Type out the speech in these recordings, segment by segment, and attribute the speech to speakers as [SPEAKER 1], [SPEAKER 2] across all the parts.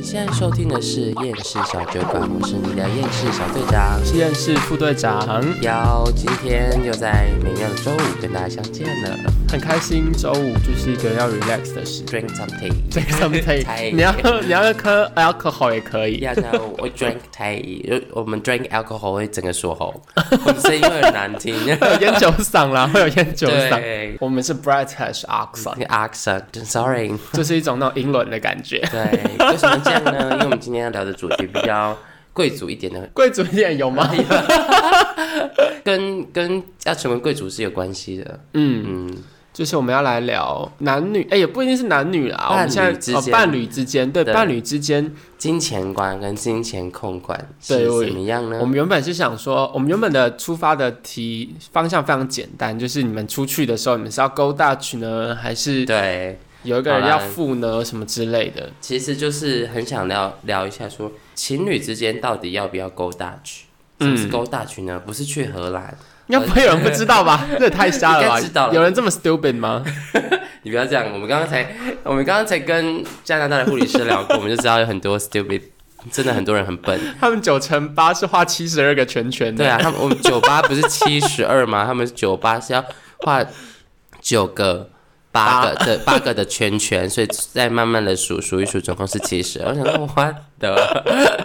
[SPEAKER 1] 现在收听的是《厌世小酒馆》，我是你的厌世小队长
[SPEAKER 2] 实验室副队长，
[SPEAKER 1] 幺，今天又在美妙的周五跟大家相见了。
[SPEAKER 2] 很开心，周五就是一个要 relax 的时间。
[SPEAKER 1] Drink some tea，
[SPEAKER 2] Drink some tea，你要 你要喝 alcohol 也可以。
[SPEAKER 1] 要呢，我 drink tea，我们 drink alcohol 会整个锁喉，我的声音会很难听。
[SPEAKER 2] 会有烟酒嗓啦，会有烟 酒
[SPEAKER 1] 对
[SPEAKER 2] 嗓。我们是 bright hash accent，
[SPEAKER 1] 那个 accent，sorry。
[SPEAKER 2] 就是一种那种英伦的感觉，
[SPEAKER 1] 对，为什么这样呢？因为我们今天要聊的主题比较贵族一点的，
[SPEAKER 2] 贵族一点 有吗？
[SPEAKER 1] 跟跟要成为贵族是有关系的。嗯嗯，
[SPEAKER 2] 就是我们要来聊男女，哎、也不一定是男女啦，我
[SPEAKER 1] 伴
[SPEAKER 2] 们
[SPEAKER 1] 侣
[SPEAKER 2] 现
[SPEAKER 1] 之
[SPEAKER 2] 在哦
[SPEAKER 1] 间
[SPEAKER 2] 伴侣之间，对
[SPEAKER 1] 对
[SPEAKER 2] 伴侣之间，
[SPEAKER 1] 金钱观跟金钱控管是
[SPEAKER 2] 对我
[SPEAKER 1] 怎么样
[SPEAKER 2] 我
[SPEAKER 1] 呢？
[SPEAKER 2] 们原本是想说，我们原本的出发的题方向非常简单，就是你们出去的时候，你们是要 go Dutch 呢，还是
[SPEAKER 1] 对，
[SPEAKER 2] 有一个人要
[SPEAKER 1] 好啦
[SPEAKER 2] 付呢，什么之类的？
[SPEAKER 1] 其实就是很想聊聊一下说情侣之间到底要不要 go Dutch？什么是 go Dutch 呢？不是去荷兰，
[SPEAKER 2] 应该不会有人不知道 吧？这也太瞎了吧！
[SPEAKER 1] 应该知道了
[SPEAKER 2] 有人这么 stupid 吗？
[SPEAKER 1] 你不要这样。我们刚刚才， 我们刚刚才跟加拿大的护理师聊过，我们就知道有很多 stupid，真的很多人很笨。
[SPEAKER 2] 他们九乘八是画七十二个圈圈的，
[SPEAKER 1] 对啊，他们我们酒吧不是七十二吗？他们酒吧是要画九个、八个的八个的圈圈，所以再慢慢的数数一数，总共是七十。我想说，我的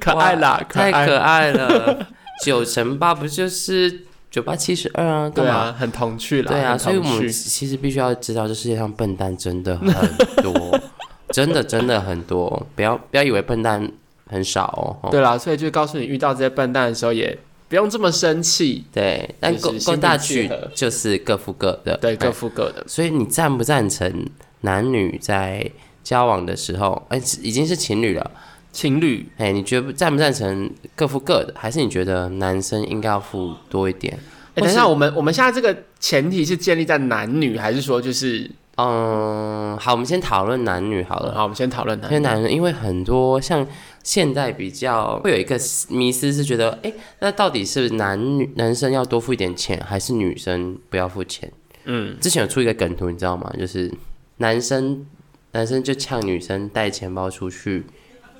[SPEAKER 2] 可爱啦，可
[SPEAKER 1] 太
[SPEAKER 2] 爱，
[SPEAKER 1] 可爱了， 九乘八不就是九八七十二啊？干
[SPEAKER 2] 对
[SPEAKER 1] 嘛？
[SPEAKER 2] 啊，很童趣啦，
[SPEAKER 1] 对啊，
[SPEAKER 2] 很
[SPEAKER 1] 所以我
[SPEAKER 2] 童
[SPEAKER 1] 们
[SPEAKER 2] 趣
[SPEAKER 1] 其实必须要知道，这世界上笨蛋真的很多， 真的真的很多，不要不要以为笨蛋很少哦。哦
[SPEAKER 2] 对啦，所以就告诉你，遇到这些笨蛋的时候，也不用这么生气，
[SPEAKER 1] 对，但
[SPEAKER 2] 就是
[SPEAKER 1] 够
[SPEAKER 2] 心
[SPEAKER 1] 够
[SPEAKER 2] 平
[SPEAKER 1] 大
[SPEAKER 2] 气
[SPEAKER 1] 曲
[SPEAKER 2] 和
[SPEAKER 1] 就是各付各的，
[SPEAKER 2] 对，各
[SPEAKER 1] 哎
[SPEAKER 2] 付各的。
[SPEAKER 1] 所以你赞不赞成男女在交往的时候，哎、已经是情侣了，
[SPEAKER 2] 情侣
[SPEAKER 1] 哎、你觉得赞不赞成各付各的，还是你觉得男生应该要付多一点？或
[SPEAKER 2] 欸、等一
[SPEAKER 1] 是
[SPEAKER 2] 下，我们我们现在这个前提是建立在男女，还是说就是
[SPEAKER 1] 嗯，好，我们先讨论男女好了。
[SPEAKER 2] 好？我们先讨论男
[SPEAKER 1] 因为男人，因为很多像现代比较会有一个迷思，是觉得，哎、那到底是男女男生要多付一点钱，还是女生不要付钱？
[SPEAKER 2] 嗯，
[SPEAKER 1] 之前有出一个梗图，你知道吗？就是男生男生就呛女生带钱包出去，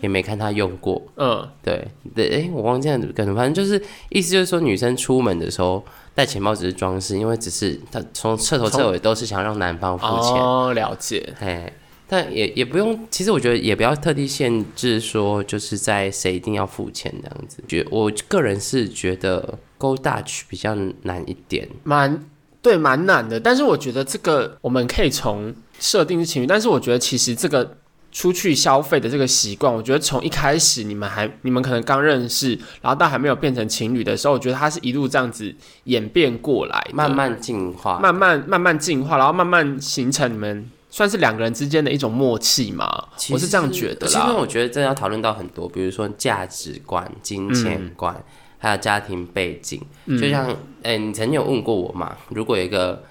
[SPEAKER 1] 也没看她用过。
[SPEAKER 2] 嗯，
[SPEAKER 1] 对对，哎、我忘记了梗图，反正就是意思就是说，女生出门的时候带钱包只是装饰，因为只是她从彻头彻尾都是想让男方付钱。
[SPEAKER 2] 哦，了解，
[SPEAKER 1] 哎、但也也不用，其实我觉得也不要特地限制说，就是在谁一定要付钱这样子。觉我个人是觉得勾大曲比较难一点。
[SPEAKER 2] 蛮对，蛮难的。但是我觉得这个我们可以从设定是情侣，但是我觉得其实这个出去消费的这个习惯，我觉得从一开始你们还你们可能刚认识，然后到还没有变成情侣的时候，我觉得它是一路这样子演变过来的，
[SPEAKER 1] 慢慢进化，
[SPEAKER 2] 慢慢慢慢进化，然后慢慢形成你们算是两个人之间的一种默契嘛。
[SPEAKER 1] 其
[SPEAKER 2] 我是这样
[SPEAKER 1] 实
[SPEAKER 2] 觉得
[SPEAKER 1] 因为
[SPEAKER 2] 啦。
[SPEAKER 1] 我觉得真的要讨论到很多，比如说价值观、金
[SPEAKER 2] 嗯
[SPEAKER 1] 钱观，还有家庭背景。就像，哎、你曾经有问过我嘛？如果有一个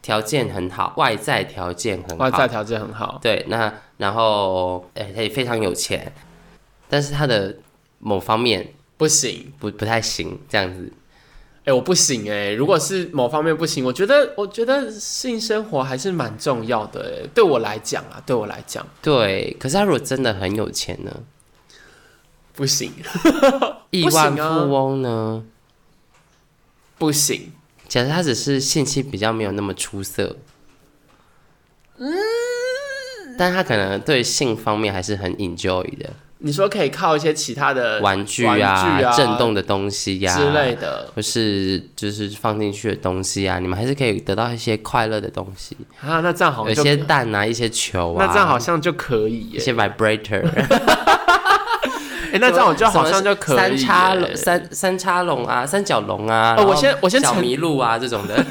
[SPEAKER 1] 条件很好，外在条件很好，
[SPEAKER 2] 外在条件很好，
[SPEAKER 1] 对，那然后，哎、他也非常有钱，但是他的某方面
[SPEAKER 2] 不行，
[SPEAKER 1] 不不太行，这样子。
[SPEAKER 2] 哎、我不行哎、如果是某方面不行，我觉得我觉得性生活还是蛮重要的哎、对我来讲啊，对我来讲
[SPEAKER 1] 对，可是他如果真的很有钱呢？
[SPEAKER 2] 不行
[SPEAKER 1] 亿
[SPEAKER 2] 不行啊
[SPEAKER 1] 万富翁呢？
[SPEAKER 2] 不行，
[SPEAKER 1] 假设他只是性器比较没有那么出色，
[SPEAKER 2] 嗯
[SPEAKER 1] 但他可能对性方面还是很 enjoy 的，
[SPEAKER 2] 你说可以靠一些其他的
[SPEAKER 1] 玩具
[SPEAKER 2] 呃玩
[SPEAKER 1] 啊、
[SPEAKER 2] 具啊
[SPEAKER 1] 震动的东西呀、
[SPEAKER 2] 之类的
[SPEAKER 1] 或是就是放进去的东西啊，你们还是可以得到一些快乐的东西，
[SPEAKER 2] 啊，那这样好
[SPEAKER 1] 有
[SPEAKER 2] 像就
[SPEAKER 1] 些蛋啊，一些球啊，
[SPEAKER 2] 那这样好像就可以
[SPEAKER 1] 一
[SPEAKER 2] 耶、
[SPEAKER 1] 些 vibrator，
[SPEAKER 2] 哎、那这样我就好像就可以、
[SPEAKER 1] 三叉
[SPEAKER 2] 了。
[SPEAKER 1] 龙、三三叉龙啊、三角龙啊，
[SPEAKER 2] 哦我
[SPEAKER 1] 然后
[SPEAKER 2] 先我先
[SPEAKER 1] 小
[SPEAKER 2] 承
[SPEAKER 1] 麋鹿啊这种 的，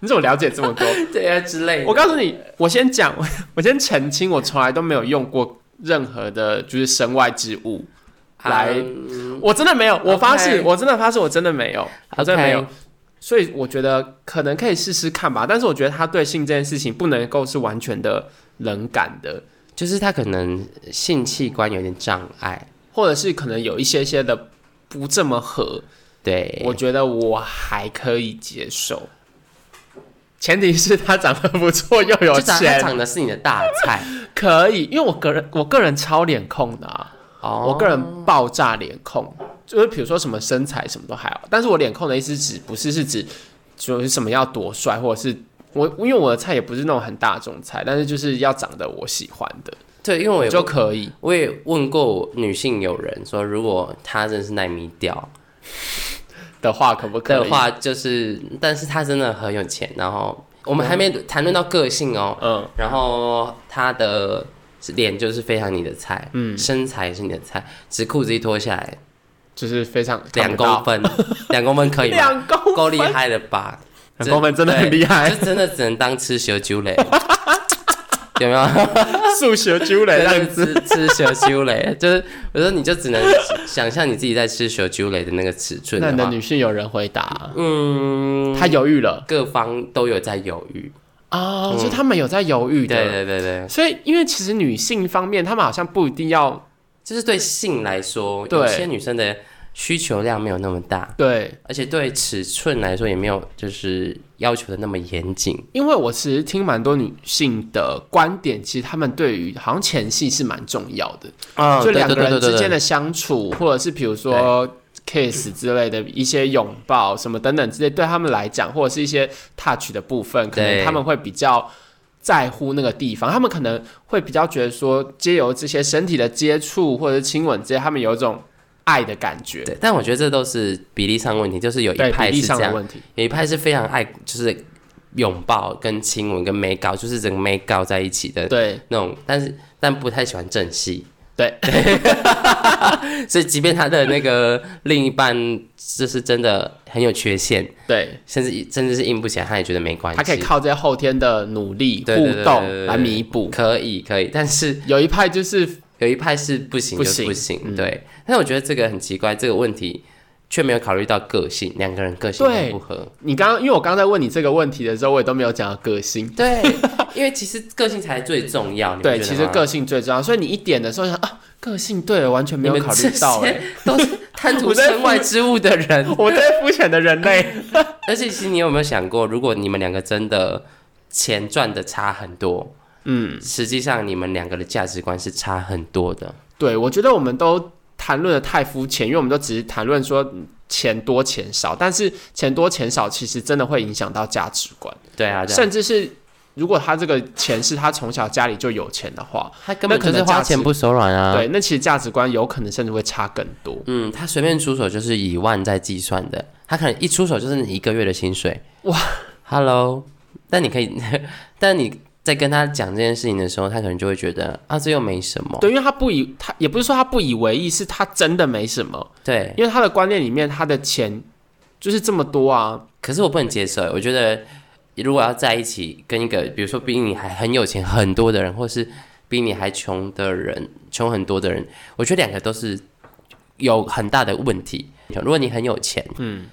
[SPEAKER 2] 你怎么了解这么 多？
[SPEAKER 1] 对啊之类的
[SPEAKER 2] 我告诉你，我先讲，我先澄清，我从来都没有用过任何的，就是身外之物。来
[SPEAKER 1] 嗯
[SPEAKER 2] 我真的没有，我发誓
[SPEAKER 1] OK
[SPEAKER 2] 我真的发誓，我真的没有，我真的没有。
[SPEAKER 1] OK
[SPEAKER 2] 所以我觉得可能可以试试看吧，但是我觉得他对性这件事情不能够是完全的冷感的，
[SPEAKER 1] 就是他可能性器官有点障碍，
[SPEAKER 2] 或者是可能有一些些的不这么合，
[SPEAKER 1] 对，
[SPEAKER 2] 我觉得我还可以接受。前提是他长得不错又有
[SPEAKER 1] 就长他
[SPEAKER 2] 钱，
[SPEAKER 1] 长的是你的大菜
[SPEAKER 2] 可以，因为我个人我个人超脸控的啊，
[SPEAKER 1] 哦。
[SPEAKER 2] 我个人爆炸脸控，就是比如说什么身材什么都还好，但是我脸控的意思指不是是指就是什么要多帅，或者是我因为我的菜也不是那种很大众菜，但是就是要长得我喜欢的
[SPEAKER 1] 对，因为我也
[SPEAKER 2] 就可以。
[SPEAKER 1] 我也问过我女性友人说，如果她真的是奈米屌
[SPEAKER 2] 的话，可不可以？
[SPEAKER 1] 的话，就是，但是她真的很有钱，然后我们还没谈论到个性哦，
[SPEAKER 2] 嗯，
[SPEAKER 1] 然后她的脸就是非常你的菜，嗯，身材也是你的菜，只裤子一脱下来
[SPEAKER 2] 就是非常
[SPEAKER 1] 两公分， 两公分可以吗？
[SPEAKER 2] 两公分
[SPEAKER 1] 够厉，害了吧？
[SPEAKER 2] 两公分真的很厉害
[SPEAKER 1] 对，就真的只能当吃蛇 酒嘞，有没有？
[SPEAKER 2] 数学纠
[SPEAKER 1] 对，
[SPEAKER 2] 雷这
[SPEAKER 1] 就
[SPEAKER 2] 样子。
[SPEAKER 1] 是 吃吃蛇修雷，就是我说你就只能想象你自己在吃蛇修雷的那个尺寸
[SPEAKER 2] 那你
[SPEAKER 1] 的
[SPEAKER 2] 的
[SPEAKER 1] 话，
[SPEAKER 2] 女性有人回答，
[SPEAKER 1] 嗯，
[SPEAKER 2] 她犹豫了
[SPEAKER 1] 各方都有在犹豫。
[SPEAKER 2] 啊，所以他们有在犹豫
[SPEAKER 1] 嗯对
[SPEAKER 2] 的。
[SPEAKER 1] 对对对，
[SPEAKER 2] 所以，因为其实女性方面，她们好像不一定要
[SPEAKER 1] 就是对性来说，
[SPEAKER 2] 对
[SPEAKER 1] 有些女生的需求量没有那么大，
[SPEAKER 2] 对，
[SPEAKER 1] 而且对尺寸来说也没有就是要求的那么严谨。
[SPEAKER 2] 因为我其实听蛮多女性的观点，其实她们对于好像前戏是蛮重要的，
[SPEAKER 1] 啊
[SPEAKER 2] 就两个人之间
[SPEAKER 1] 的
[SPEAKER 2] 的相处，或者是比如说 kiss 之类的一些拥抱什么等等之类，对他们来讲，或者是一些 touch 的部分，可能
[SPEAKER 1] 对
[SPEAKER 2] 他们会比较在乎那个地方，他们可能会比较觉得说，借由这些身体的接触或者是亲吻之类，他们有一种爱的感觉，
[SPEAKER 1] 对，但我觉得这都是比例上问题，就是有一
[SPEAKER 2] 对比
[SPEAKER 1] 派
[SPEAKER 2] 例
[SPEAKER 1] 是
[SPEAKER 2] 上
[SPEAKER 1] 这
[SPEAKER 2] 的
[SPEAKER 1] 样，
[SPEAKER 2] 问题，
[SPEAKER 1] 有一派是非常爱就是拥抱跟亲吻跟没搞，就是整个没搞在一起的
[SPEAKER 2] 对
[SPEAKER 1] 那种，但是但不太喜欢正戏，
[SPEAKER 2] 对。
[SPEAKER 1] 所以即便他的那个另一半就是真的很有缺陷，
[SPEAKER 2] 对，
[SPEAKER 1] 甚至甚至是硬不起来，他也觉得没关系，
[SPEAKER 2] 他可以靠这些后天的努力
[SPEAKER 1] 对
[SPEAKER 2] 互
[SPEAKER 1] 对对对对
[SPEAKER 2] 动
[SPEAKER 1] 对
[SPEAKER 2] 来弥补。
[SPEAKER 1] 可以可以，但是
[SPEAKER 2] 有一派就是
[SPEAKER 1] 有一派是不行
[SPEAKER 2] 不
[SPEAKER 1] 就
[SPEAKER 2] 行嗯
[SPEAKER 1] 不行，对。但我觉得这个很奇怪，这个问题却没有考虑到个性，两个人个性
[SPEAKER 2] 对
[SPEAKER 1] 合不合。
[SPEAKER 2] 你刚刚，因为我刚刚在问你这个问题的时候，我也都没有讲到个性。
[SPEAKER 1] 对，因为其实个性才最重要。你不
[SPEAKER 2] 对，
[SPEAKER 1] 觉得
[SPEAKER 2] 其实
[SPEAKER 1] 吗
[SPEAKER 2] 个性最重要，所以你一点的时候想啊，个性对了，完全没有
[SPEAKER 1] 你们
[SPEAKER 2] 考虑到、
[SPEAKER 1] 这
[SPEAKER 2] 欸。
[SPEAKER 1] 些都是贪图
[SPEAKER 2] 我在
[SPEAKER 1] 身外之物的 人，
[SPEAKER 2] 我这些肤浅的人类，
[SPEAKER 1] 而且，其实你有没有想过，如果你们两个真的钱赚的差很多，
[SPEAKER 2] 嗯，
[SPEAKER 1] 实际上你们两个的价值观是差很多的。
[SPEAKER 2] 对，我觉得我们都谈论的太肤浅，因为我们都只是谈论说嗯钱多钱少，但是钱多钱少其实真的会影响到价值观，
[SPEAKER 1] 对啊，对啊
[SPEAKER 2] 甚至是如果他这个钱是他从小家里就有钱的话，
[SPEAKER 1] 他根本
[SPEAKER 2] 那可
[SPEAKER 1] 就
[SPEAKER 2] 能
[SPEAKER 1] 是花钱不手软啊。，
[SPEAKER 2] 对，那其实价值观有可能甚至会差更多。
[SPEAKER 1] 嗯，他随便出手就是以万在计算的，他可能一出手就是你一个月的薪水。
[SPEAKER 2] 哇
[SPEAKER 1] ，Hello，但你可以， 但你在跟他讲这件事情的时候，他可能就会觉得啊，这又没什么。
[SPEAKER 2] 对，因为他不以他也不是说他不以为意，是他真的没什么，
[SPEAKER 1] 对，
[SPEAKER 2] 因为他的观念里面他的钱就是这么多啊，
[SPEAKER 1] 可是我不能接受，我觉得如果要在一起跟一个，比如说比你还很有钱很多的人，或是比你还穷的人，穷很多的人，我觉得两个都是有很大的问题。如果你很有钱，嗯，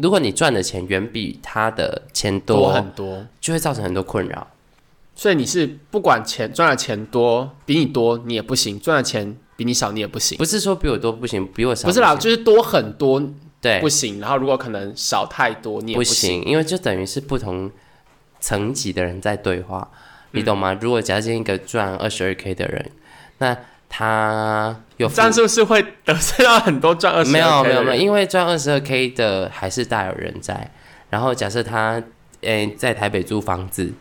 [SPEAKER 1] 如果你赚的钱远比他的钱
[SPEAKER 2] 多
[SPEAKER 1] 多，
[SPEAKER 2] 很多。
[SPEAKER 1] 就会造成很多困扰。
[SPEAKER 2] 所以你是不管钱赚的钱多比你多你也不行，赚的钱比你少你也不行，
[SPEAKER 1] 不是说比我多不行，比我少
[SPEAKER 2] 不是啦，
[SPEAKER 1] 行
[SPEAKER 2] 就是多很多
[SPEAKER 1] 对
[SPEAKER 2] 不，行，然后如果可能少太多你也
[SPEAKER 1] 不
[SPEAKER 2] 行。
[SPEAKER 1] 行，因为就等于是不同层级的人在对话，
[SPEAKER 2] 嗯
[SPEAKER 1] 你懂吗？如果假设一个赚二十二 k 的人，那他有
[SPEAKER 2] 这样是不是会得罪到很多赚二十
[SPEAKER 1] 没有没有没有，因为赚二十二 k 的还是大有人在。然后假设他诶、在台北租房子，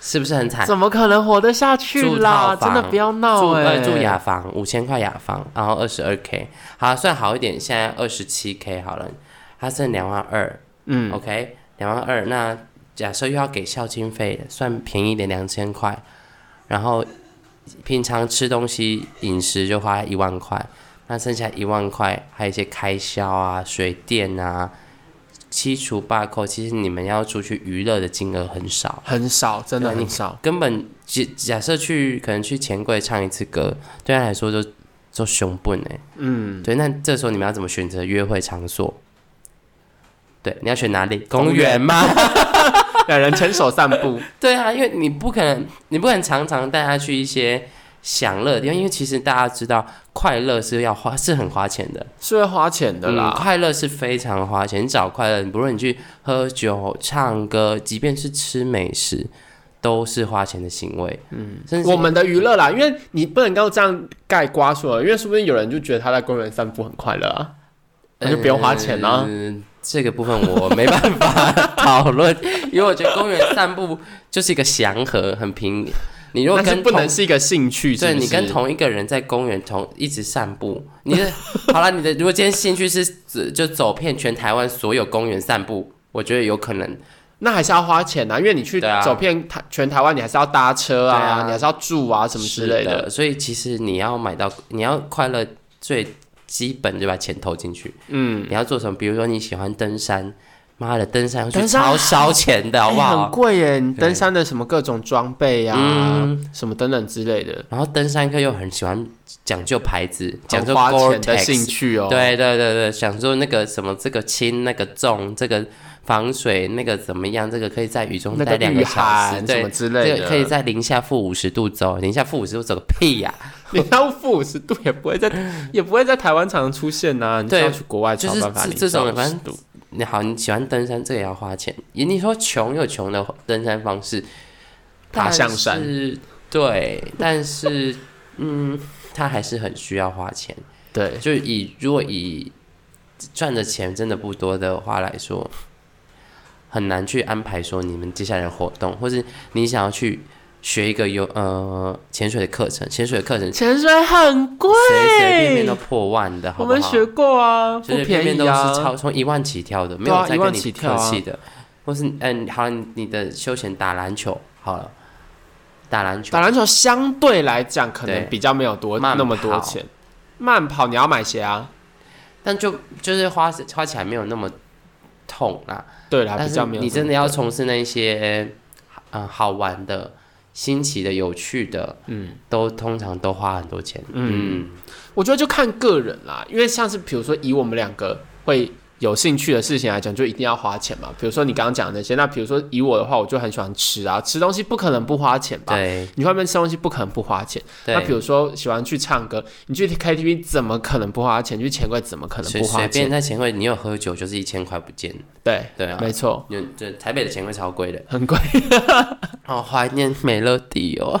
[SPEAKER 1] 是不是很惨？
[SPEAKER 2] 怎么可能活得下去啦？
[SPEAKER 1] 住套房
[SPEAKER 2] 真的不要
[SPEAKER 1] 住
[SPEAKER 2] 闹哎、
[SPEAKER 1] 呃住雅房五千块雅房，然后二十二 k，好算好一点，现在二十七 k 好了，他剩两万二，嗯，OK，两万二，那假设又要给孝亲费，算便宜一点两千块，然后平常吃东西饮食就花一万块，那剩下一万块还有一些开销啊，水电啊。七除八扣，其实你们要出去娱乐的金额很少，
[SPEAKER 2] 很少，真的
[SPEAKER 1] 对你
[SPEAKER 2] 很少。
[SPEAKER 1] 根本假假设去可能去钱柜唱一次歌，对他来说就就熊笨哎、嗯，对，那这时候你们要怎么选择约会场所？对，你要选哪里？公园吗？
[SPEAKER 2] 两人牵手散步，
[SPEAKER 1] 对啊，因为你不可能，你不可能常常带他去一些享乐的地方，因为其实大家知道，快乐是要花，是很花钱的。
[SPEAKER 2] 是会花钱的
[SPEAKER 1] 嗯，
[SPEAKER 2] 啦。
[SPEAKER 1] 快乐是非常花钱。你找快乐，不论你去喝酒、唱歌，即便是吃美食，都是花钱的行为。嗯，甚至
[SPEAKER 2] 我们的娱乐啦，因为你不能够这样盖瓜说，因为说不定有人就觉得他在公园散步很快乐啊，
[SPEAKER 1] 哎
[SPEAKER 2] 那就不用花钱啊。
[SPEAKER 1] 嗯这个部分我没办法讨论， 因为我觉得公园散步就是一个祥和，很平。你如果
[SPEAKER 2] 但是
[SPEAKER 1] 跟
[SPEAKER 2] 不
[SPEAKER 1] 同
[SPEAKER 2] 能是一个兴趣，
[SPEAKER 1] 对
[SPEAKER 2] 是不
[SPEAKER 1] 你
[SPEAKER 2] 是
[SPEAKER 1] 跟同一个人在公园同一直散步，你的好了，你的如果今天兴趣是只就走遍全台湾所有公园散步，我觉得有可能。
[SPEAKER 2] 那还是要花钱啊，因为你去
[SPEAKER 1] 对啊
[SPEAKER 2] 走遍台全台湾，你还是要搭车啊，
[SPEAKER 1] 对啊
[SPEAKER 2] 你还是要住啊什么之
[SPEAKER 1] 是
[SPEAKER 2] 类的。
[SPEAKER 1] 的。所以其实你要买到，你要快乐最基本就把钱投进去。嗯，你要做什么？比如说你喜欢登山，妈的，登山要去
[SPEAKER 2] 登山
[SPEAKER 1] 超烧钱的，好不
[SPEAKER 2] 哎
[SPEAKER 1] 好？
[SPEAKER 2] 很贵耶！你登山的什么各种装备啊，
[SPEAKER 1] 嗯
[SPEAKER 2] 什么等等之类的，
[SPEAKER 1] 然后登山客又很喜欢讲究牌子，讲究
[SPEAKER 2] 很花钱的
[SPEAKER 1] Gore-Tex，
[SPEAKER 2] 兴趣哦。，
[SPEAKER 1] 对对对对，想说那个什么，这个轻，那个重，这个防水，那个怎么样？这个可以在雨中
[SPEAKER 2] 那
[SPEAKER 1] 待
[SPEAKER 2] 个
[SPEAKER 1] 两
[SPEAKER 2] 御
[SPEAKER 1] 个小
[SPEAKER 2] 寒
[SPEAKER 1] 时，
[SPEAKER 2] 什么
[SPEAKER 1] 对，
[SPEAKER 2] 之类
[SPEAKER 1] 这个
[SPEAKER 2] 的，
[SPEAKER 1] 可以在零下负五十度走，零下负五十度走个屁呀、啊
[SPEAKER 2] 你要负五十度也不会在，也不会在台湾常常出现呐、你是
[SPEAKER 1] 对
[SPEAKER 2] 要去国外
[SPEAKER 1] 就
[SPEAKER 2] 才有
[SPEAKER 1] 是
[SPEAKER 2] 办法
[SPEAKER 1] 这
[SPEAKER 2] 领
[SPEAKER 1] 这种
[SPEAKER 2] 到
[SPEAKER 1] 的反
[SPEAKER 2] 50
[SPEAKER 1] 正
[SPEAKER 2] 度。
[SPEAKER 1] 你好，你喜欢登山，这个也要花钱。也你说穷有穷的登山方式，
[SPEAKER 2] 爬
[SPEAKER 1] 但
[SPEAKER 2] 象山
[SPEAKER 1] 是，对，但是嗯，他还是很需要花钱。
[SPEAKER 2] 对，
[SPEAKER 1] 就以如果以赚的钱真的不多的话来说，很难去安排说你们接下来的活动，或是你想要去学一个游呃潜水的课程，潜水的课程随
[SPEAKER 2] 潜水很贵，
[SPEAKER 1] 随便便都破万的，好
[SPEAKER 2] 我
[SPEAKER 1] 不
[SPEAKER 2] 们
[SPEAKER 1] 好？
[SPEAKER 2] 学过啊，
[SPEAKER 1] 就
[SPEAKER 2] 不
[SPEAKER 1] 是
[SPEAKER 2] 便
[SPEAKER 1] 便
[SPEAKER 2] 宜
[SPEAKER 1] 都是
[SPEAKER 2] 啊。
[SPEAKER 1] 超从一万起跳的，没
[SPEAKER 2] 对啊
[SPEAKER 1] 有再
[SPEAKER 2] 一万
[SPEAKER 1] 跟你
[SPEAKER 2] 起跳
[SPEAKER 1] 客
[SPEAKER 2] 啊
[SPEAKER 1] 气的，或是嗯，好，你你的休闲打篮球好了，打篮球
[SPEAKER 2] 打篮球相对来讲，可
[SPEAKER 1] 对
[SPEAKER 2] 能比较没有多
[SPEAKER 1] 慢跑
[SPEAKER 2] 那么多钱。慢跑你要买鞋啊，
[SPEAKER 1] 但就就是花花起来没有那么痛啦，
[SPEAKER 2] 对啦，
[SPEAKER 1] 但
[SPEAKER 2] 啊比
[SPEAKER 1] 是
[SPEAKER 2] 较没有。
[SPEAKER 1] 你真的要从事那些呃好玩的、新奇的、有趣的，嗯，都通常都花很多钱。嗯，
[SPEAKER 2] 我觉得就看个人啦，因为像是比如说以我们两个会有兴趣的事情来讲，就一定要花钱嘛。比如说你刚刚讲的那些，那比如说以我的话，我就很喜欢吃啊，吃东西不可能不花钱吧？
[SPEAKER 1] 对
[SPEAKER 2] 你去外面吃东西不可能不花钱。啊那比
[SPEAKER 1] 对，
[SPEAKER 2] 如说喜欢去唱歌，你去 KTV 怎么可能不花钱？去钱柜怎么可能
[SPEAKER 1] 随
[SPEAKER 2] 不花
[SPEAKER 1] 随便
[SPEAKER 2] 钱？
[SPEAKER 1] 在钱柜，你有喝酒就是一千块不见。
[SPEAKER 2] 对，
[SPEAKER 1] 对啊，
[SPEAKER 2] 没错，
[SPEAKER 1] 有这台北的钱柜超贵的，
[SPEAKER 2] 很贵。
[SPEAKER 1] 好怀念美乐迪哦。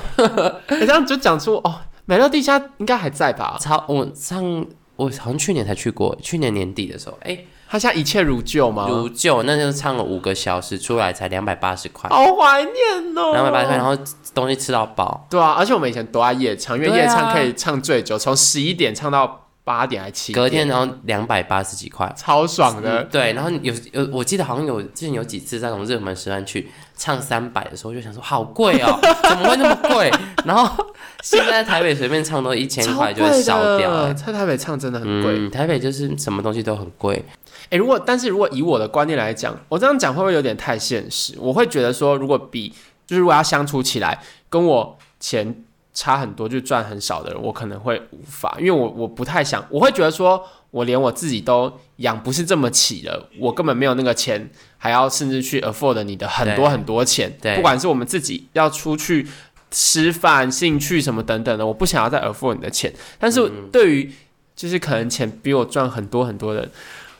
[SPEAKER 2] 你这样就讲出哦，美乐地下应该还在吧？
[SPEAKER 1] 超我上我好像去年才去过，去年年底的时候，哎，
[SPEAKER 2] 他现在一切如旧吗？
[SPEAKER 1] 如旧，那就唱了五个小时，出来才两百八十块，
[SPEAKER 2] 好怀念哦，
[SPEAKER 1] 两百八十块，然后东西吃到饱。
[SPEAKER 2] 对啊，而且我们以前都爱夜唱，因为
[SPEAKER 1] 对啊
[SPEAKER 2] 夜唱可以唱最久，从十一点唱到八点还七
[SPEAKER 1] 隔天然后两百八十几块，
[SPEAKER 2] 超爽的。
[SPEAKER 1] 嗯对，然后有有，我记得好像有之前有几次在那种热门时段去唱三百的时候，就想说好贵哦，怎么会那么贵？ 然后现在台北随便唱都一千
[SPEAKER 2] 超
[SPEAKER 1] 块
[SPEAKER 2] 贵
[SPEAKER 1] 就会烧掉、
[SPEAKER 2] 的
[SPEAKER 1] 哎
[SPEAKER 2] 在台北唱真的很贵。哎、
[SPEAKER 1] 嗯，台北就是什么东西都很贵，
[SPEAKER 2] 如果但是如果以我的观念来讲，我这样讲会不会有点太现实？我会觉得说，如果比就是如果要相处起来，跟我钱差很多，就赚很少的人，我可能会无法，因为我我不太想，我会觉得说我连我自己都养不是这么起了，我根本没有那个钱，还要甚至去 afford 你的很多
[SPEAKER 1] 对
[SPEAKER 2] 很多钱，
[SPEAKER 1] 对
[SPEAKER 2] 不管是我们自己要出去吃饭、兴趣什么等等的，我不想要再 afford 你的钱，但是
[SPEAKER 1] 嗯
[SPEAKER 2] 对于就是可能钱比我赚很多很多的人。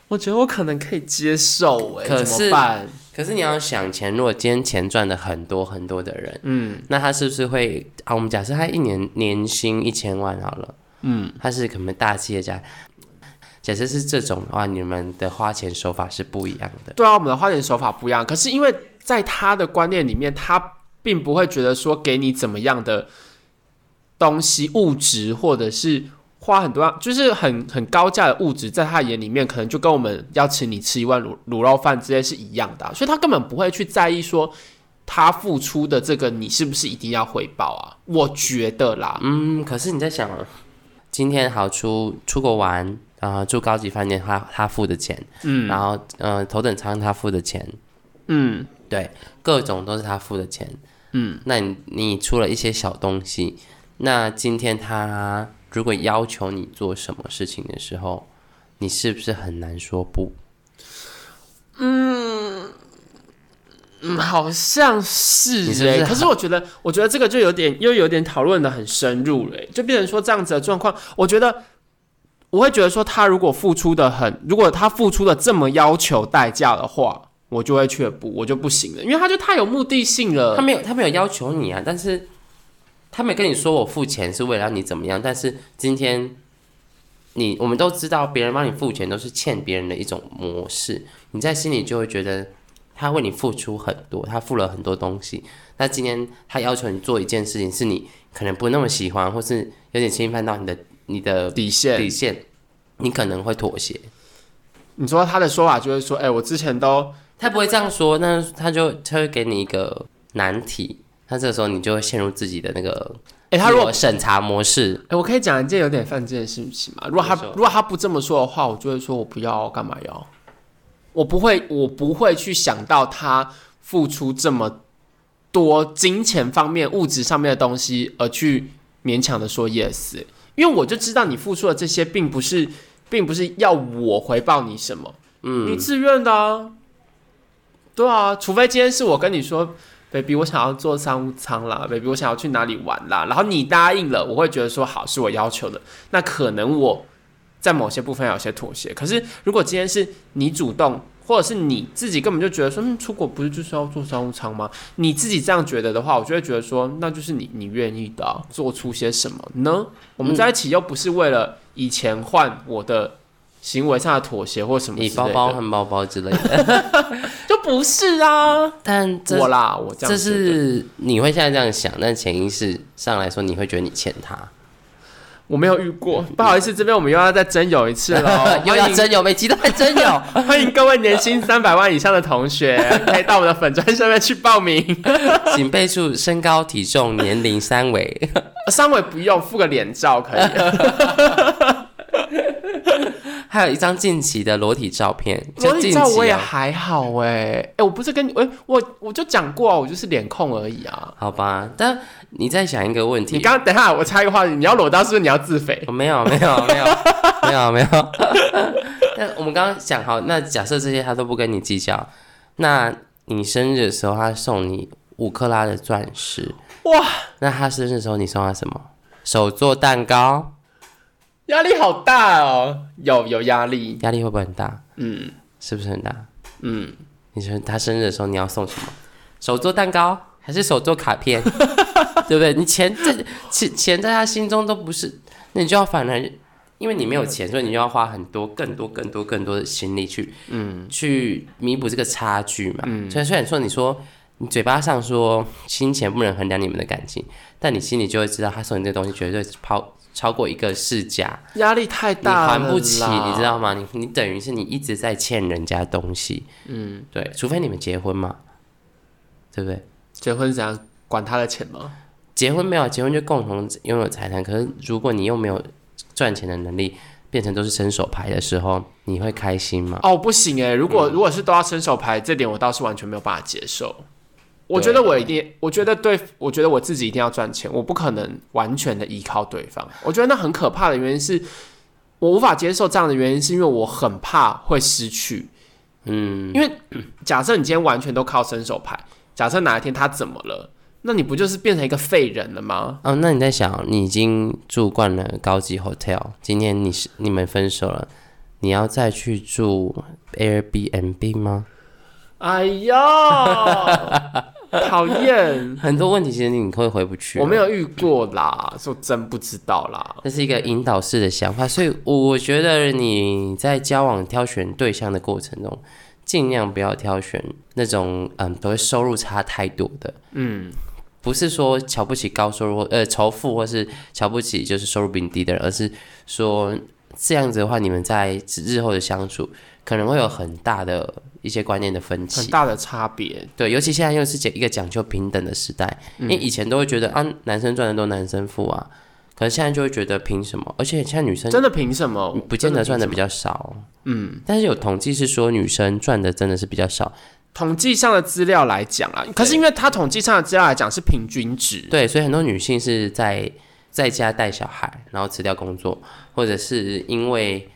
[SPEAKER 2] 我觉得我可能可以接受、欸，
[SPEAKER 1] 可
[SPEAKER 2] 怎
[SPEAKER 1] 是
[SPEAKER 2] 么办？
[SPEAKER 1] 可是你要想钱，如果今天钱赚的很多很多的人，
[SPEAKER 2] 嗯，
[SPEAKER 1] 那他是不是会啊？我们假设他一年年薪一千万好了，嗯，他是可能大企业家。假设是这种的话，你们的花钱手法是不一样的。
[SPEAKER 2] 对啊，我们的花钱手法不一样。可是因为在他的观念里面，他并不会觉得说给你怎么样的东西物质，或者是花很多，就是很很高价的物质，在他眼里面可能就跟我们要请你吃一碗卤卤肉饭之类是一样的啊、所以他根本不会去在意说他付出的这个你是不是一定要回报啊？我觉得啦，
[SPEAKER 1] 嗯，可是你在想，今天好出出国玩，啊、住高级饭店他他付的钱，嗯，然后呃头等舱他付的钱，
[SPEAKER 2] 嗯，
[SPEAKER 1] 对，各种都是他付的钱，嗯，那你你出了一些小东西，那今天他如果要求你做什么事情的时候，你是不是很难说不？
[SPEAKER 2] 嗯，好像是
[SPEAKER 1] 你是不
[SPEAKER 2] 哎、
[SPEAKER 1] 是
[SPEAKER 2] 可是我觉得，我觉得这个就有点又有点讨论的很深入了、哎就变成说这样子的状况，我觉得我会觉得说，他如果付出的很，如果他付出的这么要求代价的话，我就会却步，我就不行了，因为他就太有目的性了
[SPEAKER 1] 他。没有他没有要求你啊，但是他没跟你说我付钱是为了让你怎么样，但是今天你我们都知道，别人帮你付钱都是欠别人的一种模式，你在心里就会觉得他为你付出很多，他付了很多东西，那今天他要求你做一件事情，是你可能不那么喜欢，或是有点侵犯到你的你的
[SPEAKER 2] 底线，
[SPEAKER 1] 底线，你可能会妥协。
[SPEAKER 2] 你说他的说法就是说，哎、我之前都
[SPEAKER 1] 他不会这样说，那他就他会给你一个难题，那这个时候你就会陷入自己的那个
[SPEAKER 2] 哎、他如果
[SPEAKER 1] 自我审查模式，
[SPEAKER 2] 哎、我可以讲一件有点犯贱的事情吗？如果他
[SPEAKER 1] 嗯你说
[SPEAKER 2] 如果他不这么说的话，我就会说我不要，干嘛要？我不会，我不会去想到他付出这么多金钱方面、物质上面的东西，而去勉强的说 yes，欸因为我就知道你付出的这些，并不是，并不是要我回报你什么，你
[SPEAKER 1] 嗯，
[SPEAKER 2] 自愿的啊，对啊，除非今天是我跟你说，baby，我想要坐商务舱啦，baby，我想要去哪里玩啦，然后你答应了，我会觉得说好是我要求的，那可能我在某些部分有些妥协。可是如果今天是你主动，或者是你自己根本就觉得说，嗯，出国不是就是要坐商务舱吗？你自己这样觉得的话，我就会觉得说，那就是你你愿意的啊、做出些什么
[SPEAKER 1] 嗯
[SPEAKER 2] 呢？我们在一起又不是为了以前换我的行为上的妥协或什么之
[SPEAKER 1] 以
[SPEAKER 2] 类的，
[SPEAKER 1] 包包换包包之类 的，
[SPEAKER 2] 就不是啊。
[SPEAKER 1] 但这
[SPEAKER 2] 我啦，我
[SPEAKER 1] 这
[SPEAKER 2] 这样觉得
[SPEAKER 1] 是你会现在这样想，但潜意识上来说，你会觉得你欠 他，
[SPEAKER 2] 我没有遇过，不好意思，这边我们又要再征友一次 喽
[SPEAKER 1] ，又要
[SPEAKER 2] 欢迎
[SPEAKER 1] 真有没期待真有，
[SPEAKER 2] 欢迎各位年薪三百万以上的同学，可以到我们的粉专上面去报名。
[SPEAKER 1] 请备注身高、体重、年龄、三围。
[SPEAKER 2] 三围不用，附个脸照可以。
[SPEAKER 1] 还有一张近期的裸体照片，
[SPEAKER 2] 裸
[SPEAKER 1] 就
[SPEAKER 2] 体
[SPEAKER 1] 近
[SPEAKER 2] 照我
[SPEAKER 1] 期
[SPEAKER 2] 也
[SPEAKER 1] 啊，
[SPEAKER 2] 还好哎、哎、我不是跟你，哎、我我就讲过啊，我就是脸控而已啊。
[SPEAKER 1] 好吧？但你在想一个问题，
[SPEAKER 2] 你刚刚等一下，我插一个话题，你要裸到是不是你要自肥？
[SPEAKER 1] 我哦没有没有没有没有没有。 那我们刚刚讲好，那假设这些他都不跟你计较，那你生日的时候他送你五克拉的钻石，
[SPEAKER 2] 哇，
[SPEAKER 1] 那他生日的时候你送他什么？手做蛋糕，
[SPEAKER 2] 压力好大哦，有有压力。
[SPEAKER 1] 压力会不会很大？
[SPEAKER 2] 嗯
[SPEAKER 1] 是不是很大？
[SPEAKER 2] 嗯，
[SPEAKER 1] 你说他生日的时候你要送什么？手做蛋糕还是手做卡片？ 对不对？你钱在钱钱在他心中都不是，那你就要反而，因为你没有钱，所以你就要花很多、更多、更多、更多的心力去，嗯，去弥补这个差距嘛。所以虽然说你说你嘴巴上说金钱不能衡量你们的感情，但你心里就会知道，他送你这东西绝对是超超过一个市价，
[SPEAKER 2] 压力太
[SPEAKER 1] 你
[SPEAKER 2] 大了，
[SPEAKER 1] 还不起，你知？道吗？你你等于是你一直在欠人家东西，嗯，对，除非你们结婚嘛，对不对？
[SPEAKER 2] 结婚怎样？管他的钱吗？
[SPEAKER 1] 结婚没有，结婚就共同拥有财产。可是如果你又没有赚钱的能力，变成都是伸手牌的时候，你会开心吗？
[SPEAKER 2] 哦，不行哎、如果、如果是都要伸手牌，这点我倒是完全没有办法接受。我觉得我一定，我觉得对，我觉得我自己一定要赚钱，我不可能完全的依靠对方。我觉得那很可怕的原因是，我无法接受这样的原因，是因为我很怕会失去。
[SPEAKER 1] 嗯，
[SPEAKER 2] 因为假设你今天完全都靠伸手牌，假设哪一天他怎么了，那你不就是变成一个废人了吗？
[SPEAKER 1] 哦，那你在想，你已经住惯了高级 hotel，今天你是你们分手了，你要再去住 Airbnb 吗？
[SPEAKER 2] 哎呦，讨厌！
[SPEAKER 1] 嗯很多问题其实你会回不去。啊
[SPEAKER 2] 我没有遇过啦，是我真不知道啦。
[SPEAKER 1] 这是一个引导式的想法，所以我我觉得你在交往挑选对象的过程中，尽量不要挑选那种嗯，都会收入差太多的，嗯，不是说瞧不起高收入呃仇富，或是瞧不起就是收入比你低的人，而是说这样子的话，你们在日后的相处可能会有很大的一些观念的分歧
[SPEAKER 2] 很，大的差别。
[SPEAKER 1] 对，尤其现在又是讲一个讲究平等的时代，因
[SPEAKER 2] 嗯
[SPEAKER 1] 为以前都会觉得啊，男生赚的都男生付啊，可是现在就会觉得凭什么？而且现在女生
[SPEAKER 2] 真的凭什么？
[SPEAKER 1] 嗯不见得
[SPEAKER 2] 真
[SPEAKER 1] 赚
[SPEAKER 2] 的
[SPEAKER 1] 的
[SPEAKER 2] 凭
[SPEAKER 1] 比较少，
[SPEAKER 2] 什么。嗯，
[SPEAKER 1] 但是有统计是说女生赚的真的是比较少，
[SPEAKER 2] 统计上的资料来讲啊，可是因为它统计上的资料来讲是平均值，
[SPEAKER 1] 对，所以很多女性是在在家带小孩，然后辞掉工作，或者是因为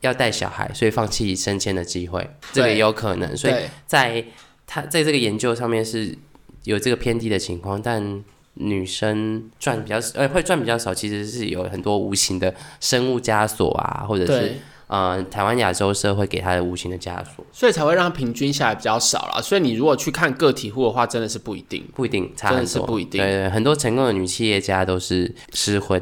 [SPEAKER 1] 要带小孩，所以放弃升迁的机会，这个
[SPEAKER 2] 对
[SPEAKER 1] 也有可能，所以
[SPEAKER 2] 对
[SPEAKER 1] 在他在这个研究上面是有这个偏低的情况，但女生赚比较呃会赚比较少，其实是有很多无形的生物枷锁啊，或者是
[SPEAKER 2] 对，
[SPEAKER 1] 呃台湾亚洲社会给他的无形的枷锁，
[SPEAKER 2] 所以才会让它平均下来比较少啦。所以你如果去看个体户的话，真的是不一定，
[SPEAKER 1] 不一定差
[SPEAKER 2] 真
[SPEAKER 1] 很
[SPEAKER 2] 的是
[SPEAKER 1] 多。
[SPEAKER 2] 不一定
[SPEAKER 1] 对。对，很多成功的女企业家都是失婚，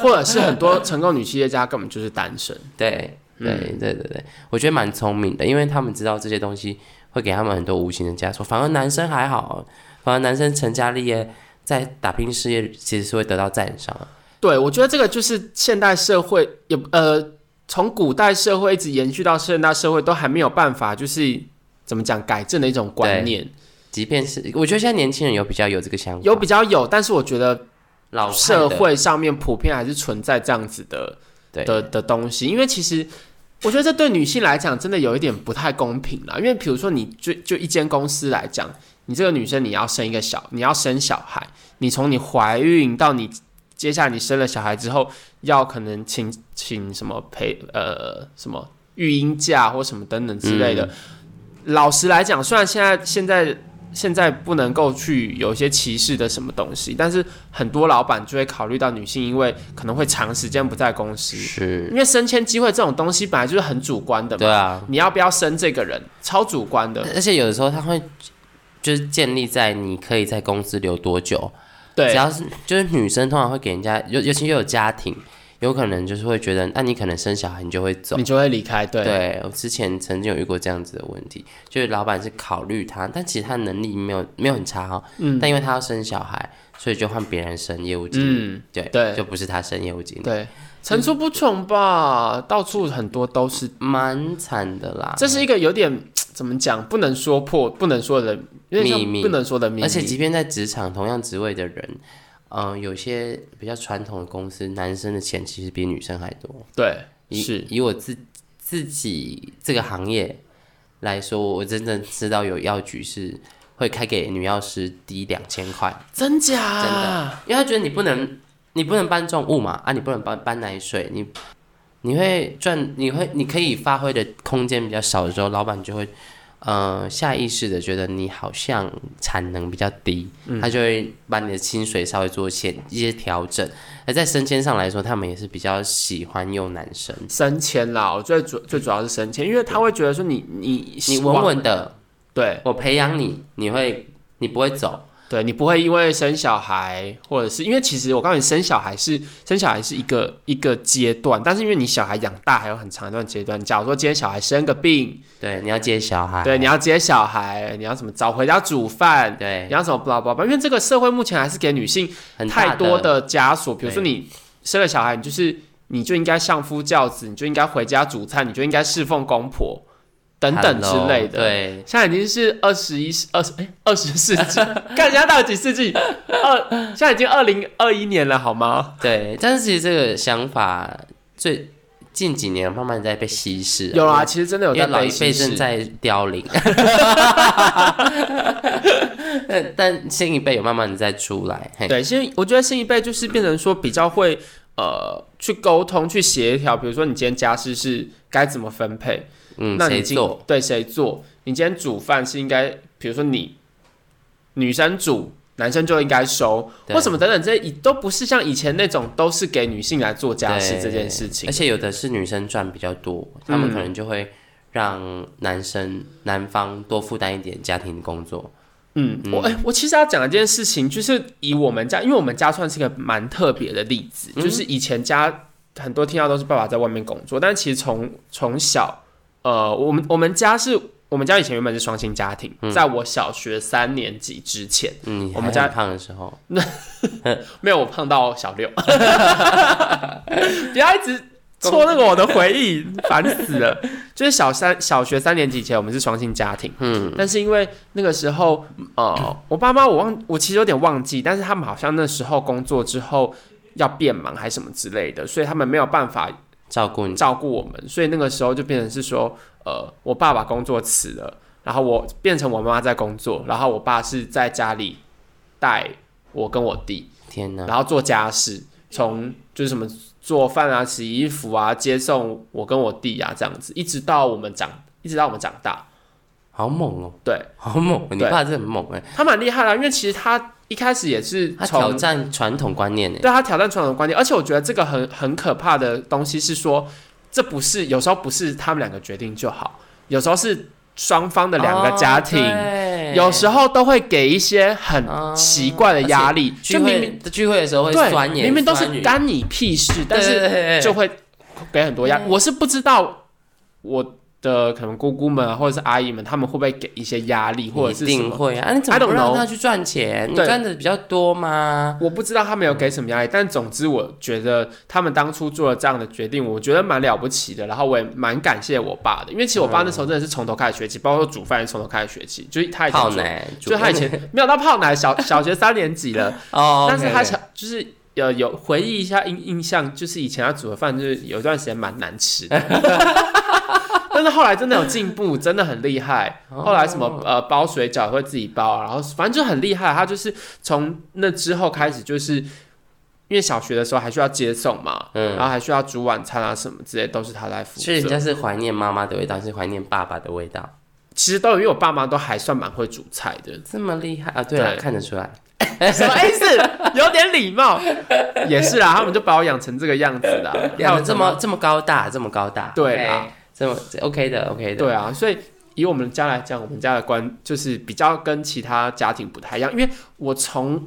[SPEAKER 2] 或者是很多成功女企业家根本就是单身。
[SPEAKER 1] 对对对对对，我觉得蛮聪明的，因为他们知道这些东西会给他们很多无形的枷锁。反而男生还好，反而男生成家立业，在打拼事业其实是会得到赞赏。
[SPEAKER 2] 对，我觉得这个就是现代社会也呃，从古代社会一直延续到现代社会，都还没有办法，就是怎么讲改正的一种观念。
[SPEAKER 1] 即便是我觉得现在年轻人有比较有这个想法，
[SPEAKER 2] 有比较有，但是我觉得
[SPEAKER 1] 老派的
[SPEAKER 2] 社会上面普遍还是存在这样子的
[SPEAKER 1] 对
[SPEAKER 2] 的的东西，因为其实。我觉得这对女性来讲真的有一点不太公平啦，因为比如说你就就一间公司来讲，你这个女生你要生一个小，你要生小孩，你从你怀孕到你接下来你生了小孩之后，要可能请请什么陪呃什么育婴假或什么等等之类的。
[SPEAKER 1] 嗯
[SPEAKER 2] 老实来讲，虽然现在现在现在不能够去有一些歧视的什么东西，但是很多老板就会考虑到女性，因为可能会长时间不在公司，
[SPEAKER 1] 是，
[SPEAKER 2] 因为升迁机会这种东西本来就是很主观的嘛。
[SPEAKER 1] 对啊，
[SPEAKER 2] 你要不要升这个人，超主观的。
[SPEAKER 1] 而且有的时候他会就是建立在你可以在公司留多久，只
[SPEAKER 2] 对
[SPEAKER 1] 要是就是女生通常会给人家，尤尤其又有家庭，有可能就是会觉得，那、你可能生小孩你就会走。
[SPEAKER 2] 你就会离开。对，
[SPEAKER 1] 对我之前曾经有遇过这样子的问题，就是老板是考虑他，但其实他能力没有没有很差哦，
[SPEAKER 2] 嗯
[SPEAKER 1] 但因为他要生小孩，所以就换别人生业务经理，
[SPEAKER 2] 嗯，
[SPEAKER 1] 对
[SPEAKER 2] 对
[SPEAKER 1] 就不是他生业务经理，
[SPEAKER 2] 对，层出不穷吧，到处很多都是。
[SPEAKER 1] 嗯蛮惨的啦。
[SPEAKER 2] 这是一个有点怎么讲，不能说破，不能说的，有点
[SPEAKER 1] 秘密
[SPEAKER 2] 像不能说的秘密。
[SPEAKER 1] 而且即便在职场同样职位的人，嗯、有些比较传统的公司，男生的钱其实比女生还多。
[SPEAKER 2] 对，
[SPEAKER 1] 以
[SPEAKER 2] 是
[SPEAKER 1] 以我自自己这个行业来说，我真正知道有药局是会开给女药师低两千块，
[SPEAKER 2] 真假？
[SPEAKER 1] 真的，因为他觉得你不能，你不能搬重物嘛，啊，你不能搬搬奶水，你你会赚，你会你可以发挥的空间比较少的时候，老板就会。呃，下意识的觉得你好像产能比较低，
[SPEAKER 2] 嗯
[SPEAKER 1] 他就会把你的薪水稍微做一些一些调整。而在升迁上来说，他们也是比较喜欢用男生。
[SPEAKER 2] 升迁啦，我最主最主要是升迁，因为他会觉得说你你
[SPEAKER 1] 你稳
[SPEAKER 2] 往
[SPEAKER 1] 稳的，
[SPEAKER 2] 对
[SPEAKER 1] 我培养你，你会你不会走，
[SPEAKER 2] 对，你不会因为生小孩，或者是因为其实我告诉你，生小孩是生小孩是一个一个阶段，但是因为你小孩养大还有很长一段阶段。假如说今天小孩生个病，
[SPEAKER 1] 对，你要接小孩，
[SPEAKER 2] 对，你要接小孩，你要什么早回家煮饭，
[SPEAKER 1] 对
[SPEAKER 2] 你要什么 blah blah blah，因为这个社会目前还是给女性
[SPEAKER 1] 很大
[SPEAKER 2] 太多
[SPEAKER 1] 的
[SPEAKER 2] 的枷锁，比如说你生了小孩，你就是你就应该相夫教子，你就应该回家煮菜，你就应该侍奉公婆等等之
[SPEAKER 1] hello，
[SPEAKER 2] 类的。，
[SPEAKER 1] 对，
[SPEAKER 2] 现在已经是二十一世、二十哎二十世 纪，看人家到底几世纪？二现在已经二零二一年了，好吗？
[SPEAKER 1] 对，但是其实这个想法最近几年慢慢在被稀释，
[SPEAKER 2] 有啊，，其实真的有
[SPEAKER 1] 因为
[SPEAKER 2] 在
[SPEAKER 1] 老一
[SPEAKER 2] 被
[SPEAKER 1] 辈
[SPEAKER 2] 歧视
[SPEAKER 1] 正在凋零， 但但新一辈有慢慢的在出来，嘿，
[SPEAKER 2] 对，现在我觉得新一辈就是变成说比较会呃去沟通、去协调，比如说你今天家事是该怎么分配，
[SPEAKER 1] 嗯，
[SPEAKER 2] 那
[SPEAKER 1] 谁
[SPEAKER 2] 你今
[SPEAKER 1] 做？
[SPEAKER 2] 对谁做？你今天煮饭是应该，比如说你女生煮，男生就应该收，
[SPEAKER 1] 对
[SPEAKER 2] 或什么等等，这一都不是像以前那种都是给女性来做家事
[SPEAKER 1] 对
[SPEAKER 2] 这件事情嗯
[SPEAKER 1] 而。且有的是女生赚比较多，他们可能就会让男生男方多负担一点家庭工作。
[SPEAKER 2] 嗯，我哎、我其实要讲的这件事情，就是以我们家，因为我们家算是个蛮特别的例子，就是以前家很多听到都是爸爸在外面工作，但其实从从小，呃，我们我们家是。我们家以前原本是双薪家庭，在我小学三年级之前，
[SPEAKER 1] 嗯，你
[SPEAKER 2] 我
[SPEAKER 1] 还
[SPEAKER 2] 们家
[SPEAKER 1] 很胖的时候，
[SPEAKER 2] 没有，我胖到小六，不要一直戳那个我的回忆，烦死了。就是小三小学三年级以前，我们是双薪家庭，
[SPEAKER 1] 嗯，
[SPEAKER 2] 但是因为那个时候，呃，我爸妈我忘，我其实有点忘记，但是他们好像那时候工作之后要变忙还是什么之类的，所以他们没有办法
[SPEAKER 1] 照顾你，
[SPEAKER 2] 照顾我们，所以那个时候就变成是说，呃，我爸爸工作辞了，然后我变成我妈妈在工作，然后我爸是在家里带我跟我弟。
[SPEAKER 1] 天哪，
[SPEAKER 2] 然后做家事，从就是什么做饭啊、洗衣服啊、接送我跟我弟啊这样子，一直到我们长，一直到我们长大。
[SPEAKER 1] 好猛哦，
[SPEAKER 2] 对
[SPEAKER 1] 好猛哦！你
[SPEAKER 2] 对
[SPEAKER 1] 爸真的很猛哎，
[SPEAKER 2] 他蛮厉害的，因为其实他一开始也是
[SPEAKER 1] 他挑
[SPEAKER 2] 从
[SPEAKER 1] 战传统观念哎，
[SPEAKER 2] 对他挑战传统观念，而且我觉得这个很很可怕的东西是说，这不是有时候不是他们两个决定就好，有时候是双方的两个家庭。
[SPEAKER 1] 哦
[SPEAKER 2] 有时候都会给一些很
[SPEAKER 1] 哦
[SPEAKER 2] 奇怪的压力，
[SPEAKER 1] 聚
[SPEAKER 2] 就明明
[SPEAKER 1] 会聚会的时候会
[SPEAKER 2] 对，
[SPEAKER 1] 酸言，
[SPEAKER 2] 明明都是
[SPEAKER 1] 酸语
[SPEAKER 2] 干你屁事，但
[SPEAKER 1] 对
[SPEAKER 2] 是
[SPEAKER 1] 对对对
[SPEAKER 2] 就会给很多压力
[SPEAKER 1] 嗯。
[SPEAKER 2] 我是不知道我的可能姑姑们啊，或者是阿姨们，他们会不会给一些压力，或者是
[SPEAKER 1] 你一
[SPEAKER 2] 什
[SPEAKER 1] 定
[SPEAKER 2] 么？
[SPEAKER 1] 会啊！啊你怎
[SPEAKER 2] I
[SPEAKER 1] 么
[SPEAKER 2] don't
[SPEAKER 1] 不让
[SPEAKER 2] know
[SPEAKER 1] 他去赚钱？你
[SPEAKER 2] 对
[SPEAKER 1] 赚的比较多吗？
[SPEAKER 2] 我不知道他们有给什么压力，但总之我觉得他们当初做了这样的决定，我觉得蛮了不起的。然后我也蛮感谢我爸的，因为其实我爸那
[SPEAKER 1] 嗯
[SPEAKER 2] 时候真的是从头开始学起，包括煮饭也从头开始学起，就是他以前
[SPEAKER 1] 泡
[SPEAKER 2] 煮，
[SPEAKER 1] 奶，
[SPEAKER 2] 就他以前没有到泡奶，小小学三年级了，
[SPEAKER 1] 哦，
[SPEAKER 2] 但是他
[SPEAKER 1] OK，OK
[SPEAKER 2] 想就是有有回忆一下印印象，就是以前他煮的饭就是有一段时间蛮难吃 的，但是后来真的有进步，真的很厉害。
[SPEAKER 1] 哦
[SPEAKER 2] 后来什么呃包水饺也会自己包啊，然后反正就很厉害。他就是从那之后开始，就是因为小学的时候还需要接送嘛，
[SPEAKER 1] 嗯
[SPEAKER 2] 然后还需要煮晚餐啊什么之类，都是他来负
[SPEAKER 1] 所以人
[SPEAKER 2] 责。
[SPEAKER 1] 家是怀念妈妈的味道，是怀念爸爸的味道，
[SPEAKER 2] 其实都有，因为我爸妈都还算蛮会煮菜 的，
[SPEAKER 1] 这么厉害啊！对啊，
[SPEAKER 2] 对
[SPEAKER 1] 看得出 来。
[SPEAKER 2] 什么意思？有点礼貌，也是啦，他们就把我养成这个样子啦，
[SPEAKER 1] 养的
[SPEAKER 2] 还有
[SPEAKER 1] 这 么这么高大，这么高大，
[SPEAKER 2] 对啊
[SPEAKER 1] OK，这么这 OK 的 OK 的，
[SPEAKER 2] 对啊，所以以我们家来讲，我们家的观就是比较跟其他家庭不太一样，因为我从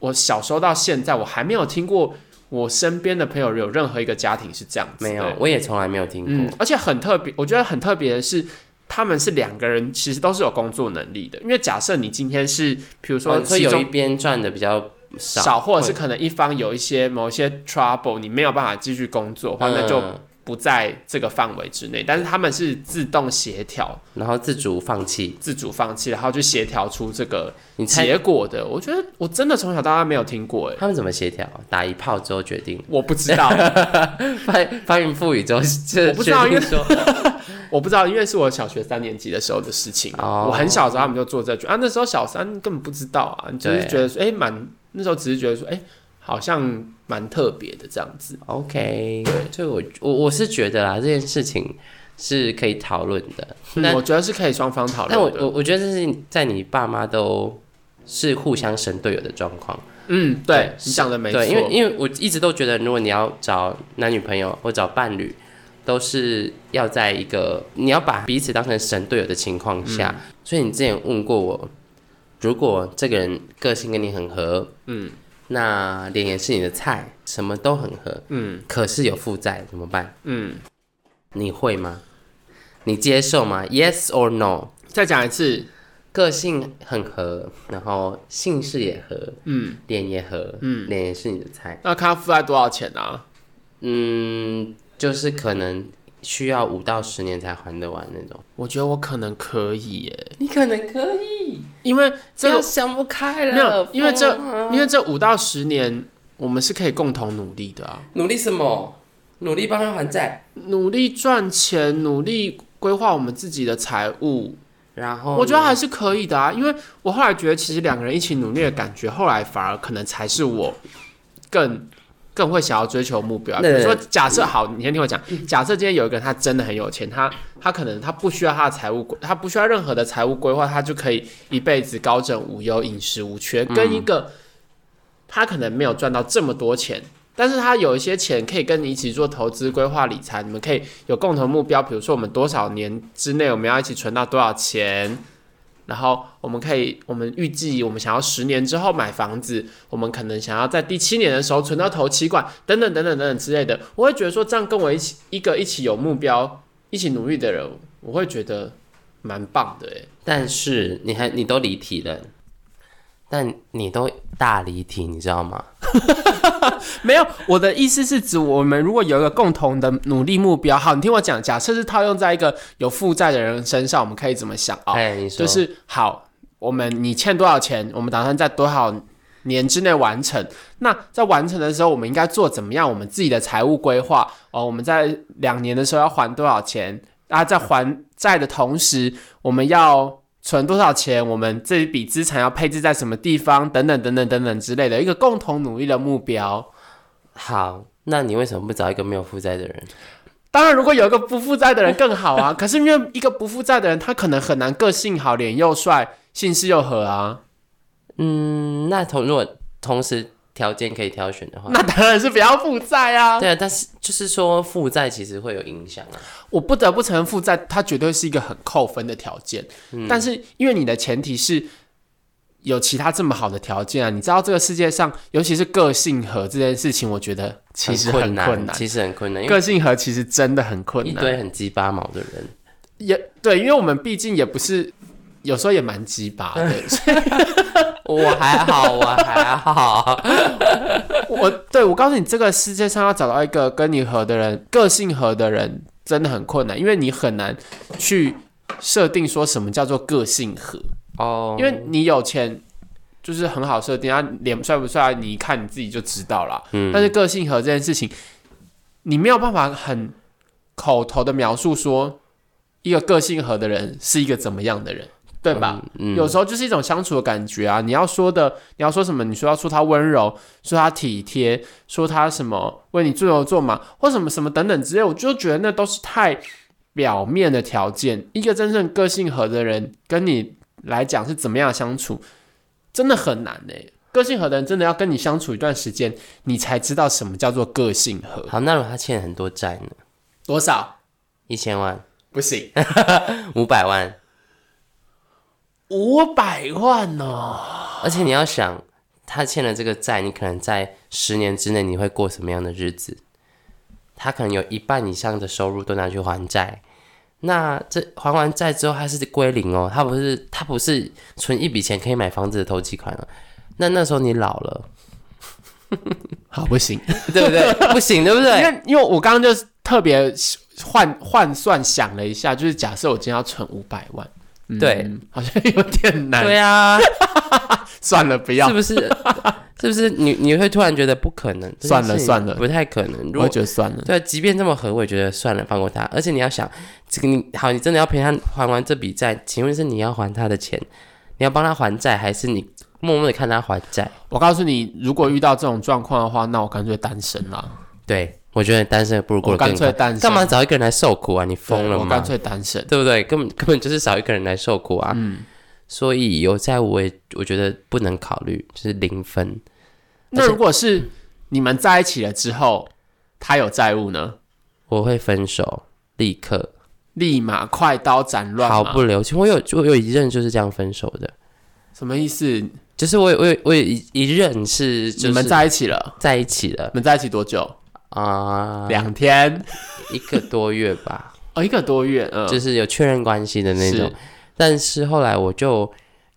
[SPEAKER 2] 我小时候到现在，我还没有听过我身边的朋友有任何一个家庭是这样子的，
[SPEAKER 1] 没有，我也从来没有听
[SPEAKER 2] 嗯
[SPEAKER 1] 过，，
[SPEAKER 2] 而且很特别，我觉得很特别的是。他们是两个人，其实都是有工作能力的。因为假设你今天是，比如说
[SPEAKER 1] 哦所以
[SPEAKER 2] 其
[SPEAKER 1] 有一
[SPEAKER 2] 中
[SPEAKER 1] 边赚的比较少，
[SPEAKER 2] 少，或者是可能一方有一些某一些 trouble，你没有办法继续工作的话，那就
[SPEAKER 1] 嗯
[SPEAKER 2] 不在这个范围之内。但是他们是自动协调，
[SPEAKER 1] 然后自主放弃。
[SPEAKER 2] 自主放弃，然后去协调出这个
[SPEAKER 1] 你猜
[SPEAKER 2] 结果的。我觉得我真的从小到大没有听过，哎，
[SPEAKER 1] 他们怎么协调？打一炮之后决定
[SPEAKER 2] 我不知道，
[SPEAKER 1] 翻翻云覆雨之后，这
[SPEAKER 2] 我不知道
[SPEAKER 1] 决定说
[SPEAKER 2] 我不知道，因为是我小学三年级的时候的事情。
[SPEAKER 1] 哦
[SPEAKER 2] 我很小的时候他们就做这句啊，那时候小三根本不知道啊，你只是
[SPEAKER 1] 对
[SPEAKER 2] 觉得说，哎、蛮那时候只是觉得说，哎、好像蛮特别的这样子。
[SPEAKER 1] OK，就我我我是觉得啦，这件事情是可以讨论的，但
[SPEAKER 2] 嗯、我觉得是可以双方讨
[SPEAKER 1] 但我
[SPEAKER 2] 论的。
[SPEAKER 1] 我我觉得这是在你爸妈都是互相神队友的状况。
[SPEAKER 2] 嗯，
[SPEAKER 1] 对
[SPEAKER 2] 对你讲的没错，
[SPEAKER 1] 对，因为因为我一直都觉得，如果你要找男女朋友或找伴侣，都是要在一个你要把彼此当成神队友的情况下。
[SPEAKER 2] 嗯
[SPEAKER 1] 所以你之前问过我，如果这个人个性跟你很合，嗯，那脸也是你的菜，什么都很合，嗯，可是有负债怎么办？
[SPEAKER 2] 嗯，
[SPEAKER 1] 你会吗？你接受吗？Yes or no？
[SPEAKER 2] 再讲一次，
[SPEAKER 1] 个性很合，然后姓氏也合，
[SPEAKER 2] 嗯，
[SPEAKER 1] 脸也合，嗯，脸也是你的菜。
[SPEAKER 2] 那看他负债多少钱啊？
[SPEAKER 1] 嗯，就是可能需要五到十年才还得完那种。
[SPEAKER 2] 我觉得我可能可以耶，
[SPEAKER 1] 你可能可以，
[SPEAKER 2] 因为
[SPEAKER 1] 不
[SPEAKER 2] 这
[SPEAKER 1] 要
[SPEAKER 2] 个
[SPEAKER 1] 想不开了。
[SPEAKER 2] 没有，因为这
[SPEAKER 1] 疯啊了
[SPEAKER 2] 因为这五到十年，我们是可以共同努力的啊，
[SPEAKER 1] 努力什么？努力帮他还债，
[SPEAKER 2] 努力赚钱，努力规划我们自己的财务，
[SPEAKER 1] 然后
[SPEAKER 2] 我觉得
[SPEAKER 1] 呢
[SPEAKER 2] 还是可以的啊。因为我后来觉得，其实两个人一起努力的感觉，后来反而可能才是我更更会想要追求目标啊。比
[SPEAKER 1] 那
[SPEAKER 2] 如说，假设好，你先听我讲，假设今天有一个人他真的很有钱，他他可能他不需要他的财务规，他不需要任何的财务规划，他就可以一辈子高枕无忧、饮食无缺，跟一个他可能没有赚到这么多钱。但是他有一些钱可以跟你一起做投资规划理财，你们可以有共同目标，比如说我们多少年之内我们要一起存到多少钱，然后我们可以，我们预计我们想要十年之后买房子，我们可能想要在第七年的时候存到头期款，等等等等等等之类的。我会觉得说，这样跟我一起一个一起有目标、一起努力的人，我会觉得蛮棒的诶。欸
[SPEAKER 1] 但是你还你都离题了，但你都大离题，你知道吗？
[SPEAKER 2] 没有，我的意思是指我们如果有一个共同的努力目标，好，你听我讲，假设是套用在一个有负债的人身上，我们可以怎么想啊？
[SPEAKER 1] 哎、你说
[SPEAKER 2] 就是好，我们你欠多少钱，我们打算在多少年之内完成。那在完成的时候，我们应该做怎么样？我们自己的财务规划哦，我们在两年的时候要还多少钱？啊，在还债的同时，我们要存多少钱？啊我们这一笔资产要配置在什么地方？等等等等等等之类的一个共同努力的目标。
[SPEAKER 1] 好，那你为什么不找一个没有负债的人？
[SPEAKER 2] 当然，如果有一个不负债的人更好啊。可是因为一个不负债的人，他可能很难个性好、脸又帅、姓氏又合啊。
[SPEAKER 1] 嗯，那同如果同时条件可以挑选的话，
[SPEAKER 2] 那当然是不要负债啊。
[SPEAKER 1] 对啊，但是就是说负债其实会有影响啊。
[SPEAKER 2] 我不得不承认，负债它绝对是一个很扣分的条件。但是因为你的前提是有其他这么好的条件啊，你知道这个世界上，尤其是个性合这件事情，我觉得其实很
[SPEAKER 1] 很
[SPEAKER 2] 难。
[SPEAKER 1] 其实很困难，因为
[SPEAKER 2] 个性合其实真的很困
[SPEAKER 1] 一
[SPEAKER 2] 难，
[SPEAKER 1] 堆很鸡巴毛的 人，
[SPEAKER 2] 也对，因为我们毕竟也不是。有时候也蛮鸡巴 的，所以
[SPEAKER 1] 我还好，我还好，
[SPEAKER 2] 我对我告诉你，这个世界上要找到一个跟你合的人，个性合的人真的很困难，因为你很难去设定说什么叫做个性合。
[SPEAKER 1] 哦，
[SPEAKER 2] 因为你有钱，就是很好设定啊，脸帅不帅，你一看你自己就知道啦。
[SPEAKER 1] 嗯
[SPEAKER 2] 但是个性和这件事情，你没有办法很口头的描述说一个个性和的人是一个怎么样的人，对吧？
[SPEAKER 1] 嗯，
[SPEAKER 2] 有时候就是一种相处的感觉啊。你要说的，你要说什么？你说要说他温柔，说他体贴，说他什么为你做牛做马，或什么什么等等之类，我就觉得那都是太表面的条件。一个真正个性合的人，跟你来讲是怎么样相处，真的很难呢、欸个性合的人真的要跟你相处一段时间，你才知道什么叫做个性合。
[SPEAKER 1] 好，那如果他欠很多债呢？
[SPEAKER 2] 多少？
[SPEAKER 1] 一千万、
[SPEAKER 2] 不 行，
[SPEAKER 1] 五百万，
[SPEAKER 2] 五百万哦。
[SPEAKER 1] 而且你要想，他欠了这个债，你可能在十年之内你会过什么样的日子？他可能有一半以上的收入都拿去还债，那这还完债之后他是归零哦，他不是他不是存一笔钱可以买房子的头期款了，那那时候你老了，
[SPEAKER 2] 好，不行。
[SPEAKER 1] 对不 对？不行，对不
[SPEAKER 2] 因
[SPEAKER 1] 对？
[SPEAKER 2] 为因为我刚刚就是特别换换算想了一下，就是假设我今天要存五百万，嗯
[SPEAKER 1] 对，
[SPEAKER 2] 好像有点难。
[SPEAKER 1] 对啊，
[SPEAKER 2] 算了，不要
[SPEAKER 1] 是，不是？ 是不是你你会突然觉得不可能？
[SPEAKER 2] 算
[SPEAKER 1] 这
[SPEAKER 2] 了
[SPEAKER 1] 件事情
[SPEAKER 2] 算了
[SPEAKER 1] 不太可能。如
[SPEAKER 2] 我
[SPEAKER 1] 果
[SPEAKER 2] 觉得算了。
[SPEAKER 1] 对，即便这么合，我也觉得算了，放过他。而且你要想，这个你好，你真的要陪他还完这笔债，请问是你要还他的钱，你要帮他还债，还是你默默的看他还债？
[SPEAKER 2] 我告诉你，如果遇到这种状况的话，那我干脆单身啦，
[SPEAKER 1] 对，我觉得单身不如过
[SPEAKER 2] 我
[SPEAKER 1] 得更
[SPEAKER 2] 干脆
[SPEAKER 1] 快。
[SPEAKER 2] 单身。
[SPEAKER 1] 干嘛找一个人来受苦啊？你
[SPEAKER 2] 对？
[SPEAKER 1] 疯了
[SPEAKER 2] 我干
[SPEAKER 1] 吗？
[SPEAKER 2] 脆单身。
[SPEAKER 1] 对不对？根本根本就是少一个人来受苦啊！
[SPEAKER 2] 嗯
[SPEAKER 1] 所以有债务我也我觉得不能考虑，就是零分。而
[SPEAKER 2] 那
[SPEAKER 1] 且
[SPEAKER 2] 如果是你们在一起了之后，他有债务呢，
[SPEAKER 1] 我会分手，立刻
[SPEAKER 2] 立马快刀斩乱
[SPEAKER 1] 毫
[SPEAKER 2] 麻。
[SPEAKER 1] 不留情。我有我有一任就是这样分手的，
[SPEAKER 2] 什么意思？
[SPEAKER 1] 就是我有我有我有一一任是
[SPEAKER 2] 你
[SPEAKER 1] 就
[SPEAKER 2] 们
[SPEAKER 1] 是
[SPEAKER 2] 在一起了？
[SPEAKER 1] 在一起了
[SPEAKER 2] 你们在一起多久？
[SPEAKER 1] 啊、
[SPEAKER 2] 两天，
[SPEAKER 1] 一个多月吧，
[SPEAKER 2] 哦，一个多月。 嗯，
[SPEAKER 1] 就是有确认关系的那种
[SPEAKER 2] 是。
[SPEAKER 1] 但是后来我就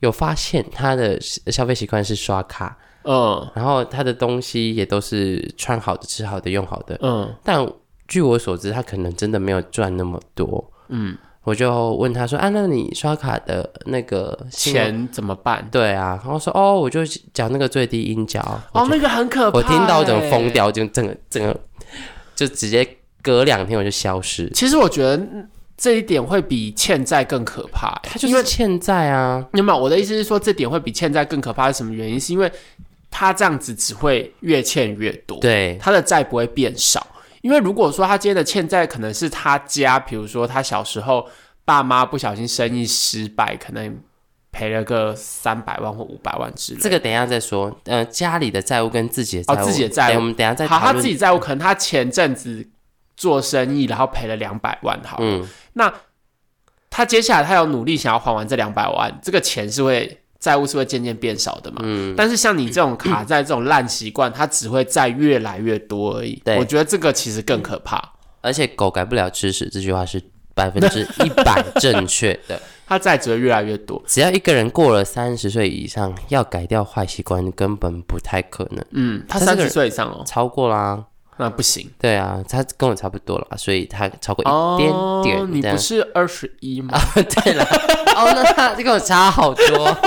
[SPEAKER 1] 有发现他的消费习惯是刷卡，
[SPEAKER 2] 嗯
[SPEAKER 1] 然后他的东西也都是穿好的、吃好的、用好的。
[SPEAKER 2] 嗯
[SPEAKER 1] 但据我所知，他可能真的没有赚那么多。
[SPEAKER 2] 嗯，
[SPEAKER 1] 我就问他说：“啊，那你刷卡的那个信用？
[SPEAKER 2] 钱怎么办？
[SPEAKER 1] 对啊。”然后说：“哦，我就讲那个最低音角。我
[SPEAKER 2] 哦，
[SPEAKER 1] 就
[SPEAKER 2] 那个很可怕、
[SPEAKER 1] 我听到整个疯
[SPEAKER 2] 欸。
[SPEAKER 1] 掉，就整个整个就直接隔两天我就消失。
[SPEAKER 2] 欸其实我觉得嗯这一点会比欠债更可怕、欸，
[SPEAKER 1] 他就
[SPEAKER 2] 因为
[SPEAKER 1] 是欠债啊，
[SPEAKER 2] 那么我的意思是说，这点会比欠债更可怕是什么原因？是因为他这样子只会越欠越多，，
[SPEAKER 1] 对，
[SPEAKER 2] 他的债不会变少。因为如果说他今天的欠债可能是他家，比如说他小时候爸妈不小心生意失败，可能赔了个三百万或五百万之类的。
[SPEAKER 1] 这个等一下再说。呃，家里的债务跟自己的债务，
[SPEAKER 2] 哦自己的债务
[SPEAKER 1] 等我们等一下再
[SPEAKER 2] 好，
[SPEAKER 1] 讨
[SPEAKER 2] 他
[SPEAKER 1] 论。
[SPEAKER 2] 自己债务可能他前阵子做生意，然后赔了两百万，好了，
[SPEAKER 1] 嗯，
[SPEAKER 2] 他接下来他有努力想要还完这两百万，这个钱是会债务是会渐渐变少的嘛？嗯，但是像你这种卡债这种烂习惯，它只会债越来越多而已。
[SPEAKER 1] 对
[SPEAKER 2] 我觉得这个其实更可怕，
[SPEAKER 1] 而且狗改不了吃屎这句话是百分之一百正确 的。
[SPEAKER 2] 它债只会越来越多。
[SPEAKER 1] 只要一个人过了三十岁以上，要改掉坏习惯根本不太可能，
[SPEAKER 2] 嗯，他
[SPEAKER 1] 他
[SPEAKER 2] 三
[SPEAKER 1] 这个
[SPEAKER 2] 十
[SPEAKER 1] 人
[SPEAKER 2] 岁以上哦，
[SPEAKER 1] 超过啦。
[SPEAKER 2] 那不行
[SPEAKER 1] 对啊，他跟我差不多了，所以他超过一点
[SPEAKER 2] 哦。
[SPEAKER 1] 点。
[SPEAKER 2] 你
[SPEAKER 1] 这样
[SPEAKER 2] 不是二十 一吗？
[SPEAKER 1] 对了，哦，那他就跟我差好多。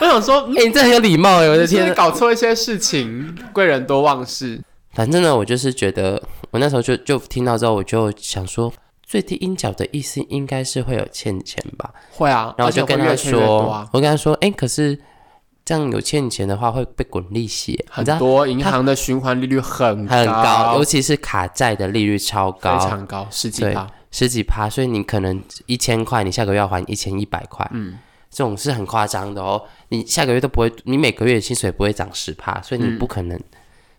[SPEAKER 2] 我想说，嗯
[SPEAKER 1] 哎、你这很有礼貌哎，我
[SPEAKER 2] 你
[SPEAKER 1] 的
[SPEAKER 2] 是不
[SPEAKER 1] 天
[SPEAKER 2] 是
[SPEAKER 1] 啊！
[SPEAKER 2] 搞错一些事情，贵人多忘事。
[SPEAKER 1] 反正呢，我就是觉得，我那时候就就听到之后，我就想说，最低音角的意思应该是会有欠钱吧。
[SPEAKER 2] 会啊，
[SPEAKER 1] 然后我
[SPEAKER 2] 而且
[SPEAKER 1] 就
[SPEAKER 2] 会
[SPEAKER 1] 跟
[SPEAKER 2] 越
[SPEAKER 1] 他
[SPEAKER 2] 欠越多
[SPEAKER 1] 说，
[SPEAKER 2] 啊
[SPEAKER 1] 我跟他说，哎、可是这样有欠钱的话会被滚利息，你
[SPEAKER 2] 很
[SPEAKER 1] 知道
[SPEAKER 2] 多银行的循环利率很
[SPEAKER 1] 很
[SPEAKER 2] 高，
[SPEAKER 1] 高，尤其是卡债的利率超
[SPEAKER 2] 非
[SPEAKER 1] 高，
[SPEAKER 2] 常高，十几
[SPEAKER 1] 对
[SPEAKER 2] 趴。
[SPEAKER 1] 十几趴，所以你可能一千块，你下个月要还一千一百块，嗯，这种是很夸张的哦。你下个月都不会，你每个月的薪水不会涨十趴，所以你不可能。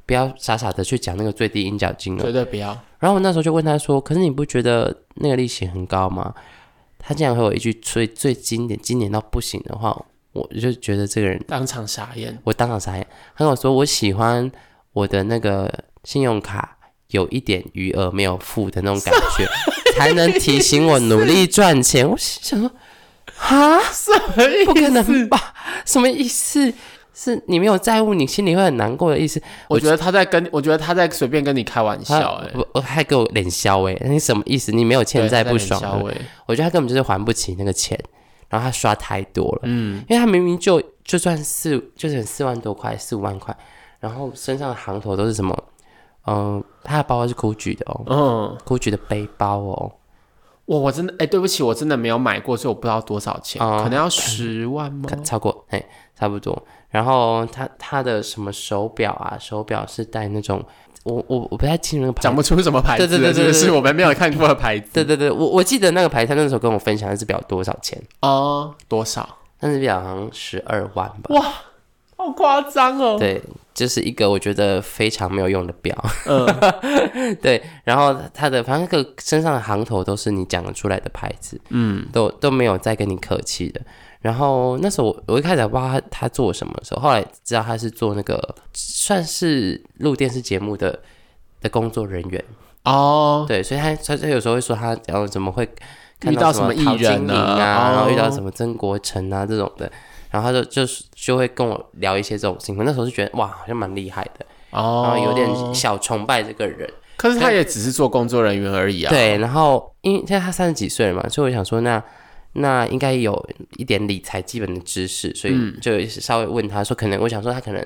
[SPEAKER 1] 不要傻傻的去讲那个最低应缴金额
[SPEAKER 2] 绝，对不要。
[SPEAKER 1] 然后我那时候就问他说：“可是你不觉得那个利息很高吗？”他竟然回我一句最最经典、经典到不行的话，我就觉得这个人，
[SPEAKER 2] 当场傻 眼，
[SPEAKER 1] 我当场傻眼。他跟我说：“我喜欢我的那个信用卡有一点余额没有付的那种感觉，才能提醒我努力赚钱。”我心想说：“哈，不可能吧？什么意思？是你没有在乎，你心里会很难过的意思？
[SPEAKER 2] 我觉得他在跟，我觉得他在随便跟你开玩
[SPEAKER 1] 他
[SPEAKER 2] 笑、哎，
[SPEAKER 1] 我我还给我脸削哎，你什么意思？你没有欠
[SPEAKER 2] 对
[SPEAKER 1] 债
[SPEAKER 2] 他在
[SPEAKER 1] 不爽
[SPEAKER 2] 冷
[SPEAKER 1] 吗
[SPEAKER 2] 笑哎，
[SPEAKER 1] 我觉得他根本就是还不起那个钱，然后他刷太多了，嗯，因为他明明就就算四就是四万多块，四五万块，然后身上的行头都是什么，嗯、他的包包是 GUCCI 的哦
[SPEAKER 2] 嗯，
[SPEAKER 1] ，GUCCI 的背包哦，
[SPEAKER 2] 我我真的，哎、对不起，我真的没有买过，所以我不知道多少钱，
[SPEAKER 1] 哦
[SPEAKER 2] 可能要十万吗
[SPEAKER 1] 看？超过哎差不多，然后他他的什么手表啊，手表是戴那种，我我我不太清楚那个牌
[SPEAKER 2] 讲
[SPEAKER 1] 子。
[SPEAKER 2] 不出什么牌子了，
[SPEAKER 1] 对对对对对
[SPEAKER 2] 是不是我们没有看过的 牌子
[SPEAKER 1] 对对对，我我记得那个牌，他那时候跟我分享那只表多少钱，
[SPEAKER 2] 哦，多少？
[SPEAKER 1] 那只表好像十二万吧。
[SPEAKER 2] 好夸张哦，
[SPEAKER 1] 对，就是一个我觉得非常没有用的表。
[SPEAKER 2] 嗯，
[SPEAKER 1] 对，然后他的反正那个身上的行头都是你讲得出来的牌子，嗯，都都没有再跟你客气的。然后那时候我我一开始还不知道他他做什么的时候，后来知道他是做那个算是录电视节目的的工作人员，
[SPEAKER 2] 哦，
[SPEAKER 1] 对，所以他他他有时候会说他然后怎么会看
[SPEAKER 2] 遇到
[SPEAKER 1] 什
[SPEAKER 2] 什么艺
[SPEAKER 1] 陶晶
[SPEAKER 2] 人
[SPEAKER 1] 莹
[SPEAKER 2] 啊
[SPEAKER 1] 啊，然后遇到
[SPEAKER 2] 哦
[SPEAKER 1] 什么曾国成啊这种的，然后他就就是就会跟我聊一些这种情况，那时候就觉得哇好像蛮厉害的，然后，
[SPEAKER 2] 哦
[SPEAKER 1] 有点小崇拜这个人。
[SPEAKER 2] 可是他也只是做工作人员而已啊，，
[SPEAKER 1] 对，然后因为现在他三十几岁了嘛，所以我想说那，那应该有一点理财基本的知识，所
[SPEAKER 2] 嗯
[SPEAKER 1] 以就稍微问他说，可能我想说他可能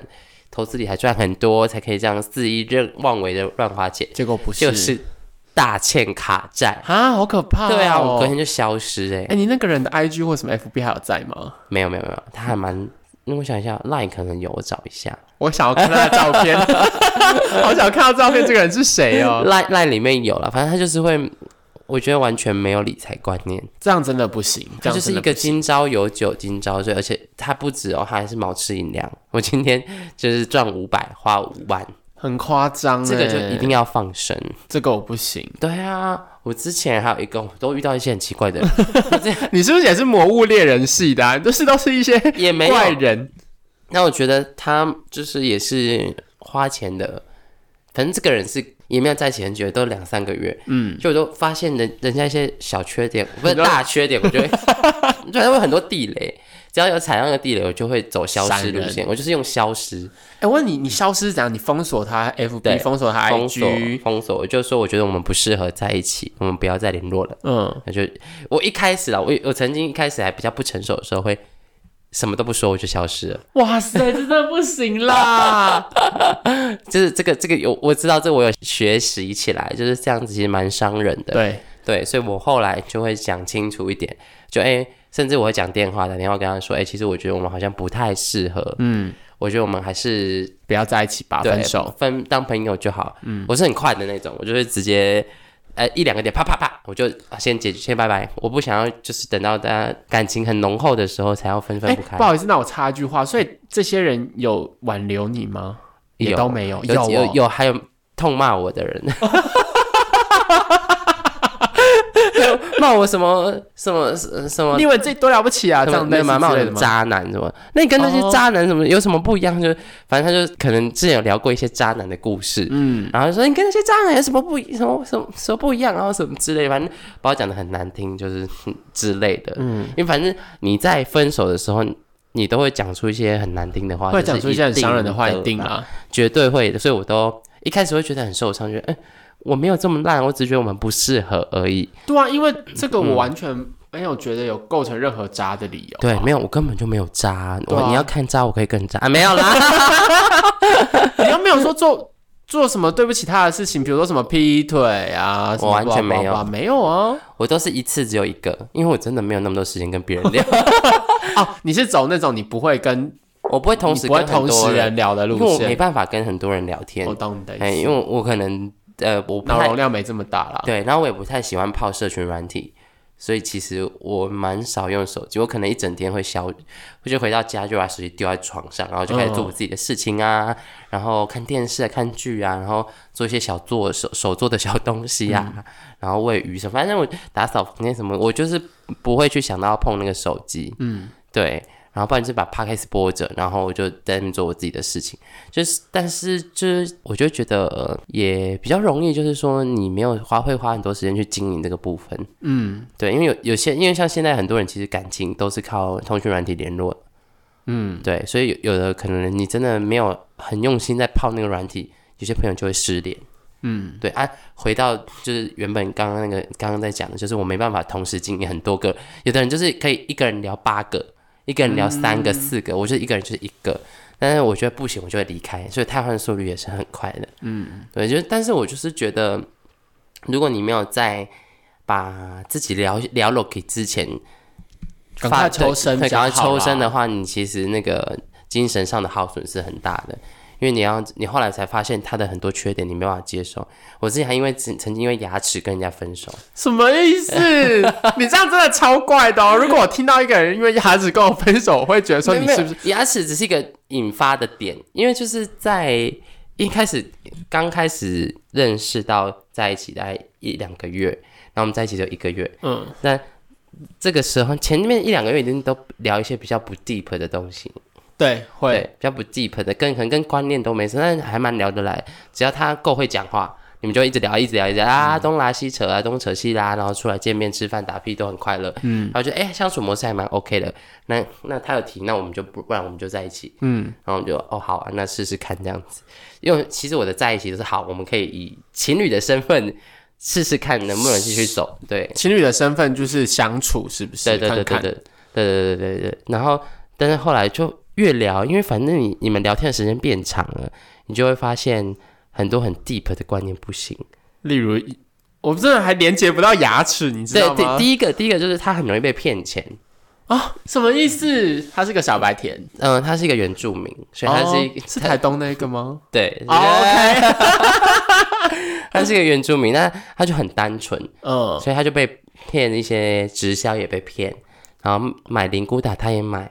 [SPEAKER 1] 投资理财赚很多，才可以这样肆意任妄为的乱花钱，
[SPEAKER 2] 结果不，
[SPEAKER 1] 就是是大欠卡债。
[SPEAKER 2] 啊，好可怕、哦，
[SPEAKER 1] 对啊，我隔天就消失哎、
[SPEAKER 2] 哎、你那个人的 IG 或什么 FB 还有在吗？
[SPEAKER 1] 没有没有没有，他还蛮。那我想一下，Line 可能有，我找一下。
[SPEAKER 2] 我想要看他的照 片，好想看到照片，这个人是谁哦？
[SPEAKER 1] Line Line 里面有了，反正他就是会，我觉得完全没有理财观念。
[SPEAKER 2] 这样真的不行，
[SPEAKER 1] 它
[SPEAKER 2] 这样
[SPEAKER 1] 就是
[SPEAKER 2] 真
[SPEAKER 1] 一
[SPEAKER 2] 的
[SPEAKER 1] 个
[SPEAKER 2] 不行
[SPEAKER 1] 今朝有酒今朝醉，而且它不止哦，它还是毛吃银粮。我今天就是赚五百， 花五万，
[SPEAKER 2] 很夸张、欸，
[SPEAKER 1] 这个就一定要放生。
[SPEAKER 2] 这个我不行。
[SPEAKER 1] 对啊，我之前还有一个，我都遇到一些很奇怪的人，
[SPEAKER 2] 你是不是也是魔物猎人系的、啊？ 就是都是一些
[SPEAKER 1] 也没有。
[SPEAKER 2] 怪人，
[SPEAKER 1] 那我觉得他就是也是花钱的，反正这个人是也没有在一起很久，都两三个月，嗯，就我都发现人人家一些小缺点，不是
[SPEAKER 2] 你都
[SPEAKER 1] 大缺点，我就会， 就会有很多地雷。只要有踩到那个地雷，我就会走消失
[SPEAKER 2] 闪
[SPEAKER 1] 路
[SPEAKER 2] 人
[SPEAKER 1] 线，我就是用消失。
[SPEAKER 2] 哎、我问你，你消失怎样？你封锁他
[SPEAKER 1] 对
[SPEAKER 2] FB，封锁他
[SPEAKER 1] 封锁
[SPEAKER 2] IG，
[SPEAKER 1] 封锁，我就说我觉得我们不适合在一起，我们不要再联络了。
[SPEAKER 2] 嗯，
[SPEAKER 1] 那就我一开始啊，我我曾经一开始还比较不成熟的时候，会什么都不说我就消失了。
[SPEAKER 2] 哇塞，这真的不行啦！
[SPEAKER 1] 就是这个这个有我知道这我有学习起来，就是这样子其实蛮伤人的。
[SPEAKER 2] 对，
[SPEAKER 1] 对，所以我后来就会讲清楚一点，就哎、甚至我会讲电话打电话跟他说，哎、其实我觉得我们好像不太适合，嗯，我觉得我们还是
[SPEAKER 2] 不要在一起吧，
[SPEAKER 1] 对
[SPEAKER 2] 啊分手。
[SPEAKER 1] 分当朋友就好。嗯，我是很快的那种，我就会直接，呃，一两个点啪啪啪，我就啊先解决，先拜拜。我不想要就是等到大家感情很浓厚的时候才要分
[SPEAKER 2] 哎、
[SPEAKER 1] 分不开。
[SPEAKER 2] 不好意思，那我插一句话，所以这些人有挽留你吗？也
[SPEAKER 1] 有
[SPEAKER 2] 都没有，
[SPEAKER 1] 有啊
[SPEAKER 2] 有
[SPEAKER 1] 有
[SPEAKER 2] 哦
[SPEAKER 1] 有还有痛骂我的人。 骂我什么什么什么
[SPEAKER 2] 你以为这多了不起啊？这
[SPEAKER 1] 什么没有
[SPEAKER 2] 样类似
[SPEAKER 1] 嘛，骂
[SPEAKER 2] 之
[SPEAKER 1] 我
[SPEAKER 2] 类
[SPEAKER 1] 是
[SPEAKER 2] 的吗？
[SPEAKER 1] 渣男什么？那你跟那些
[SPEAKER 2] 哦
[SPEAKER 1] 渣男什么有什么不一样？就是反正他就可能之前有聊过一些渣男的故事，嗯，然后就说你跟那些渣男有什么不一什么什么什么不一样，然后什么之类的，反正把我讲的很难听，就是哼之类的，嗯，因为反正你在分手的时候。你都会讲出一些很难听的话，
[SPEAKER 2] 会讲出一些很伤人的话，
[SPEAKER 1] 就是
[SPEAKER 2] 一定啊
[SPEAKER 1] 的
[SPEAKER 2] 啦。
[SPEAKER 1] 绝对会的，所以我都一开始会觉得很受伤，觉得哎、我没有这么烂，我只觉得我们不适合而已。
[SPEAKER 2] 对啊，因为这个
[SPEAKER 1] 嗯
[SPEAKER 2] 我完全没有觉得有构成任何渣的理由啊。
[SPEAKER 1] 对，没有，我根本就没有渣，我、
[SPEAKER 2] 对啊
[SPEAKER 1] 你要看渣，我可以更 渣啊，没有啦，
[SPEAKER 2] 你又没有说做做什么对不起他的事情，比如说什么劈腿啊，什么
[SPEAKER 1] 我完全
[SPEAKER 2] blah blah
[SPEAKER 1] 没有
[SPEAKER 2] blah，没有啊。
[SPEAKER 1] 我都是一次只有一个，因为我真的没有那么多时间跟别人聊。
[SPEAKER 2] 哦，你是走那种你不会跟
[SPEAKER 1] 我不会同时
[SPEAKER 2] 你不会
[SPEAKER 1] 跟很
[SPEAKER 2] 同
[SPEAKER 1] 多
[SPEAKER 2] 时
[SPEAKER 1] 人，
[SPEAKER 2] 人聊的
[SPEAKER 1] 因
[SPEAKER 2] 路
[SPEAKER 1] 为我没
[SPEAKER 2] 线。
[SPEAKER 1] 办法跟很多人聊天
[SPEAKER 2] 我，懂你的
[SPEAKER 1] 哎，
[SPEAKER 2] 意
[SPEAKER 1] 因
[SPEAKER 2] 思，
[SPEAKER 1] 为我可能呃，我不
[SPEAKER 2] 脑
[SPEAKER 1] 太
[SPEAKER 2] 容量没这么大啦。
[SPEAKER 1] 对，然后我也不太喜欢泡社群软体，所以其实我蛮少用手机，我可能一整天会消，我就回到家就把手机丢在床上，然后就开始做我自己的事情啊，然后看电视、啊、看剧啊，然后做一些小做手手做的小东西啊， 然后喂鱼什么，反正我打扫房间什么，我就是不会去想到要碰那个手机，嗯，对。然后不然就把 podcast 播着，然后我就在那边做我自己的事情。就是，但是就是，我就觉得、呃也比较容易，就是说你没有花会花很多时间去经营这个部分。嗯，对，因为有有些，因为像现在很多人其实感情都是靠通讯软体联络。嗯，对，所以有有的可能你真的没有很用心在泡那个软体，有些朋友就会失联。嗯，对啊，回到就是原本刚刚那个刚刚在讲的，就是我没办法同时经营很多个，有的人就是可以一个人聊八个，一个人聊三
[SPEAKER 2] 嗯
[SPEAKER 1] 个、四个，我就一个人就是一个，但是我觉得不行，我就会离开，所以汰换速率也是很快的。嗯，对，就是但是我就是觉得，如果你没有在把自己聊聊 l o k 之前
[SPEAKER 2] 赶
[SPEAKER 1] 发
[SPEAKER 2] 快
[SPEAKER 1] 对
[SPEAKER 2] 抽身
[SPEAKER 1] 对
[SPEAKER 2] 比较
[SPEAKER 1] 赶
[SPEAKER 2] 好
[SPEAKER 1] 快
[SPEAKER 2] 啦，
[SPEAKER 1] 抽身的话，你其实那个精神上的耗损是很大的。因为你要，你后来才发现他的很多缺点你没办法接受。我之前还因为曾曾经因为牙齿跟人家分手，
[SPEAKER 2] 什么意思？ 你这样真的超怪的哦！如果我听到一个人因为牙齿跟我分手，我会觉得说
[SPEAKER 1] 没有
[SPEAKER 2] 你
[SPEAKER 1] 没有
[SPEAKER 2] 是不是？
[SPEAKER 1] 牙齿只是一个引发的点，因为就是在一开始刚开始认识到在一起大概一两个月，然后我们在一起就一个月，
[SPEAKER 2] 嗯，
[SPEAKER 1] 这个时候前面一两个月已经都聊一些比较不 deep 的东西，
[SPEAKER 2] 对，会
[SPEAKER 1] 对，比较不 deep 的，跟可能跟观念都没什么，但还蛮聊得来，只要他够会讲话。你们就一直聊，一直聊，一直聊啊，东拉西扯啊，东扯西拉，然后出来见面吃饭打屁都很快乐，嗯，然后就哎、相处模式还蛮 OK 的，那那他有提，那我们就不不然我们就在一起，嗯，然后我们就哦好啊，那试试看这样子，因为其实我的在一起就是好，我们可以以情侣的身份试试看能不能继续走，对，
[SPEAKER 2] 情侣的身份就是相处，是不是？
[SPEAKER 1] 对对对对
[SPEAKER 2] 看看
[SPEAKER 1] 对对对对对对。然后，但是后来就越聊，因为反正你你们聊天的时间变长了，你就会发现很多很 deep 的观念不行。
[SPEAKER 2] 例如，我真的还连接不到牙齿，你知
[SPEAKER 1] 对
[SPEAKER 2] 道，
[SPEAKER 1] 第
[SPEAKER 2] 吗？
[SPEAKER 1] 第一个第一个就是他很容易被骗钱。
[SPEAKER 2] 什么意思？他是个小白甜，
[SPEAKER 1] 嗯、他是一个原住民，所以他是一个、
[SPEAKER 2] 哦是台东那 个吗？
[SPEAKER 1] 对，
[SPEAKER 2] 哦，OK，
[SPEAKER 1] 他是一个原住民，那他就很单纯，
[SPEAKER 2] 嗯，
[SPEAKER 1] 所以他就被骗一些直销也被骗，然后买灵骨塔他也买，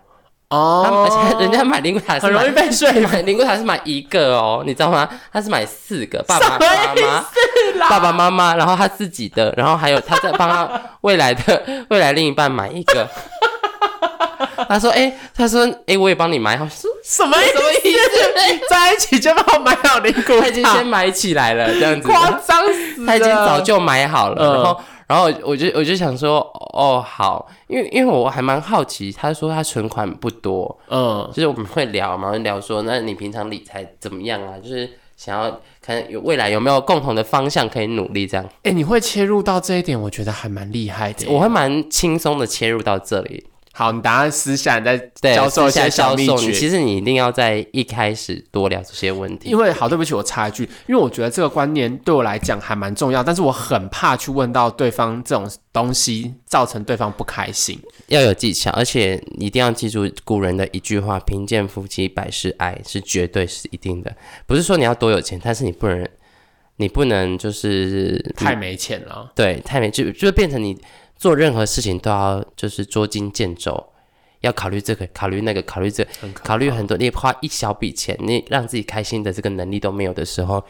[SPEAKER 1] 他而
[SPEAKER 2] 哦，
[SPEAKER 1] 且人家买灵 骨塔是
[SPEAKER 2] 很容
[SPEAKER 1] 买
[SPEAKER 2] 易被说服。
[SPEAKER 1] 买灵骨塔是买一个哦，你知道吗？他是买四个，爸爸
[SPEAKER 2] 什么
[SPEAKER 1] 妈妈。爸爸妈妈，然后他自己的，然后还有他在帮 他未来的未来另一半买一个。他说：“哎、他说，哎、我也帮你买。”我说
[SPEAKER 2] 什么意
[SPEAKER 1] 什么意思？
[SPEAKER 2] 思？在一起就帮我买好灵骨
[SPEAKER 1] 他已经
[SPEAKER 2] 塔
[SPEAKER 1] 先买起来了，这样子。
[SPEAKER 2] 夸张死了！
[SPEAKER 1] 他已经早就买好了，
[SPEAKER 2] 嗯
[SPEAKER 1] 然后，然后我就我就想说，哦，好，因为因为我还蛮好奇，他说他存款不多，
[SPEAKER 2] 嗯
[SPEAKER 1] 就是我们会聊嘛，会聊说，那你平常理财怎么样啊？就是想要看有未来有没有共同的方向可以努力这样。
[SPEAKER 2] 哎、你会切入到这一点，我觉得还蛮厉害的耶。
[SPEAKER 1] 我会蛮轻松的切入到这里，
[SPEAKER 2] 好，你打算私下再
[SPEAKER 1] 对，
[SPEAKER 2] 教授一
[SPEAKER 1] 私下
[SPEAKER 2] 些小
[SPEAKER 1] 销
[SPEAKER 2] 秘
[SPEAKER 1] 售你
[SPEAKER 2] 诀。
[SPEAKER 1] 其实你一定要在一开始多聊这些问题
[SPEAKER 2] 因。为好，对不起，我插一句，因为我觉得这个观念对我来讲还蛮重要，但是我很怕去问到对方这种东西，造成对方不开心。
[SPEAKER 1] 要有技巧，而且一定要记住古人的一句话：“贫贱夫妻百事哀”是绝对是一定的。不是说你要多有钱，但是你不能，你不能就是
[SPEAKER 2] 太没钱了，
[SPEAKER 1] 对太没就就变成你做任何事情都要就是捉襟见肘，要考虑这个，考虑那个，考虑这个
[SPEAKER 2] 很可怕
[SPEAKER 1] 考虑很多，你花一小笔钱，你让自己开心的这个能力都没有的时候，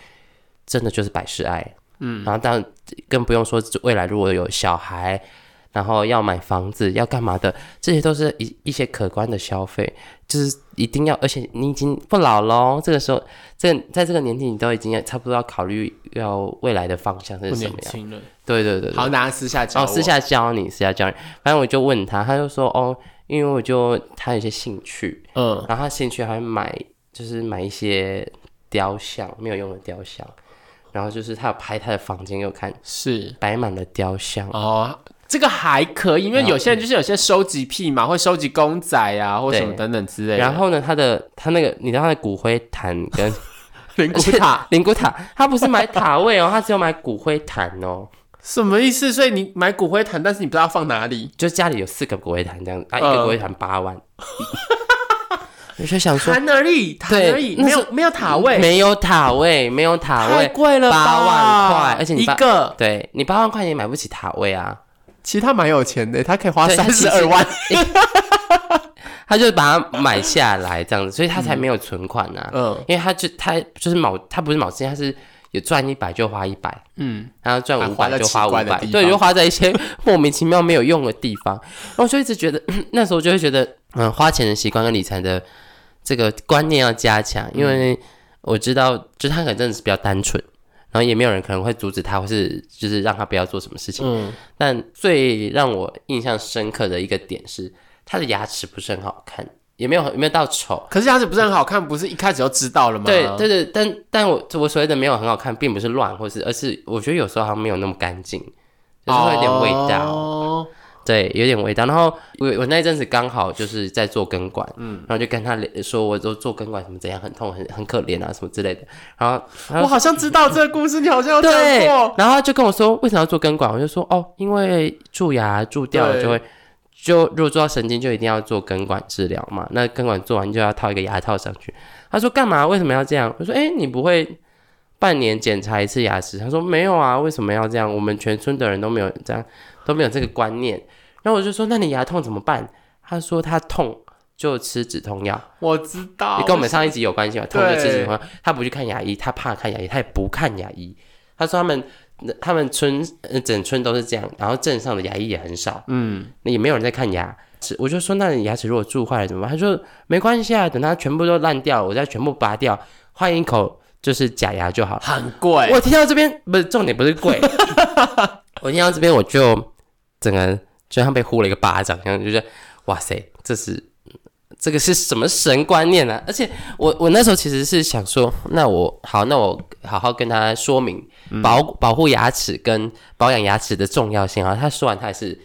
[SPEAKER 1] 真的就是百事哀。嗯，然后当然更不用说未来如果有小孩，然后要买房子要干嘛的，这些都是一一些可观的消费，就是一定要，而且你已经不老喽，这个时候，这在这个年纪你都已经要差不多要考虑要未来的方向
[SPEAKER 2] 不
[SPEAKER 1] 嗯是什
[SPEAKER 2] 年
[SPEAKER 1] 么样。
[SPEAKER 2] 轻了。
[SPEAKER 1] 对对对对，
[SPEAKER 2] 好，大家私下教
[SPEAKER 1] 然
[SPEAKER 2] 我。
[SPEAKER 1] 后私下教你，私下教你。反正我就问他，他就说哦，因为我就他有一些兴趣，
[SPEAKER 2] 嗯，
[SPEAKER 1] 然后他兴趣还会买，就是买一些雕像，没有用的雕像。然后就是他有拍他的房间给我看，
[SPEAKER 2] 是
[SPEAKER 1] 摆满了雕像。
[SPEAKER 2] 哦，这个还可以，因为有些人就是有些收集癖嘛，会收集公仔啊，或什么
[SPEAKER 1] 对
[SPEAKER 2] 等等之类的。
[SPEAKER 1] 然后呢，他的他那个，你知道他的骨灰坛 跟
[SPEAKER 2] 灵骨塔
[SPEAKER 1] 灵骨塔，他不是买塔位哦，他只有买骨灰坛哦，
[SPEAKER 2] 什么意思？所以你买骨灰坛，但是你不知道放哪里。
[SPEAKER 1] 就家里有四个骨灰坛这样子，啊，一
[SPEAKER 2] 嗯
[SPEAKER 1] 个骨灰坛八万，我就想说，
[SPEAKER 2] 谈而已，谈
[SPEAKER 1] 对
[SPEAKER 2] 而已，
[SPEAKER 1] 那
[SPEAKER 2] 没
[SPEAKER 1] 是
[SPEAKER 2] 有没有塔位，
[SPEAKER 1] 没有塔位，没有塔
[SPEAKER 2] 太
[SPEAKER 1] 位，
[SPEAKER 2] 贵了吧，
[SPEAKER 1] 八万块而且你
[SPEAKER 2] 一
[SPEAKER 1] 八
[SPEAKER 2] 个，
[SPEAKER 1] 对你八万块也买不起塔位啊。
[SPEAKER 2] 其实他蛮有钱的，他可以花
[SPEAKER 1] 对他
[SPEAKER 2] 三
[SPEAKER 1] 其实
[SPEAKER 2] 十二万，
[SPEAKER 1] 他就把它买下来这样子，所以他才没有存款啊。
[SPEAKER 2] 嗯
[SPEAKER 1] 因为他就他就是卯，他不是卯金，他是有赚一百就花一百，
[SPEAKER 2] 嗯，
[SPEAKER 1] 然后赚
[SPEAKER 2] 还
[SPEAKER 1] 五
[SPEAKER 2] 花在
[SPEAKER 1] 百就花
[SPEAKER 2] 奇
[SPEAKER 1] 五
[SPEAKER 2] 怪的
[SPEAKER 1] 百
[SPEAKER 2] 地，方
[SPEAKER 1] 对，就花在一些 莫名其妙没有用的地方。然后我就一直觉得，那时候就会觉得，嗯，花钱的习惯跟理财的这个观念要加强，因
[SPEAKER 2] 嗯
[SPEAKER 1] 为我知道，就是他可能真的是比较单纯，然后也没有人可能会阻止他，或是就是让他不要做什么事情。
[SPEAKER 2] 嗯，
[SPEAKER 1] 但最让我印象深刻的一个点是，他的牙齿不是很好看，也没有也没有到丑，
[SPEAKER 2] 可是样子不是很好看，不是一开始就知道了吗？
[SPEAKER 1] 对对对，但但我我所谓的没有很好看，并不是乱，或是而是我觉得有时候好像没有那么干净，就是会有点味道。
[SPEAKER 2] 哦
[SPEAKER 1] 对，有点味道。然后我我那一阵子刚好就是在做根管，嗯，然后就跟他聊说，我都做根管什么怎样很痛很很可怜啊什么之类的。然后然
[SPEAKER 2] 我
[SPEAKER 1] 后
[SPEAKER 2] 好像知道这个故事，你好像有讲
[SPEAKER 1] 对，
[SPEAKER 2] 过。
[SPEAKER 1] 然后他就跟我说为什么要做根管，我就说哦，因为蛀牙蛀掉了
[SPEAKER 2] 对
[SPEAKER 1] 就会。就如果做到神经，就一定要做根管治疗嘛。那根管做完就要套一个牙套上去。他说干嘛？为什么要这样？我说哎、诶你不会半年检查一次牙齿？他说没有啊，为什么要这样？我们全村的人都没有这样，都没有这个观念。然后我就说那你牙痛怎么办？他说他痛就吃止痛药。
[SPEAKER 2] 我知道，
[SPEAKER 1] 也跟我们上一集有关系嘛，痛就吃
[SPEAKER 2] 对
[SPEAKER 1] 止痛药，他不去看牙医，他怕看牙医，他也不看牙医。他说他们他们村呃整村都是这样，然后镇上的牙医也很少，
[SPEAKER 2] 嗯，
[SPEAKER 1] 那也没有人在看牙。齿。我就说，那你牙齿如果蛀坏了怎么办？他说没关系啊，等它全部都烂掉，我再全部拔掉，换一口就是假牙就好了。
[SPEAKER 2] 很贵，
[SPEAKER 1] 我听到这边不是重点，不是贵，我听到这边我就整个人就像被呼了一个巴掌，然后就觉得哇塞，这是这个是什么神观念啊？而且我我那时候其实是想说，那我好，那我好好跟他说明保、保护牙齿跟保养牙齿的重要性啊。他说完，他也是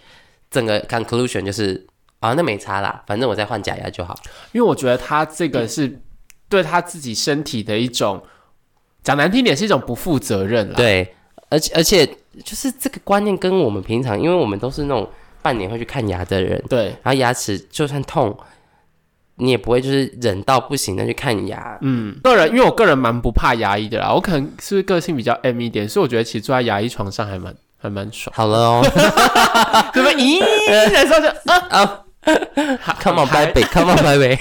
[SPEAKER 1] 整个 conclusion 就是啊，那没差啦，反正我再换假牙就好。
[SPEAKER 2] 因为我觉得他这个是对他自己身体的一种，讲难听点是一种不负责任啦。
[SPEAKER 1] 对，而且而且就是这个观念跟我们平常，因为我们都是那种半年会去看牙的人，
[SPEAKER 2] 对，
[SPEAKER 1] 然后牙齿就算痛，你也不会就是忍到不行的去看牙。。
[SPEAKER 2] 嗯，个人因为我个人蛮不怕牙医的啦，我可能是不是个性比较 M 一点，所以我觉得其实坐在牙医床上还蛮还蛮爽
[SPEAKER 1] 好了哦
[SPEAKER 2] 对吧？咦，那时候就
[SPEAKER 1] 啊
[SPEAKER 2] 好
[SPEAKER 1] ，Come on
[SPEAKER 2] 嗨
[SPEAKER 1] baby，Come on baby。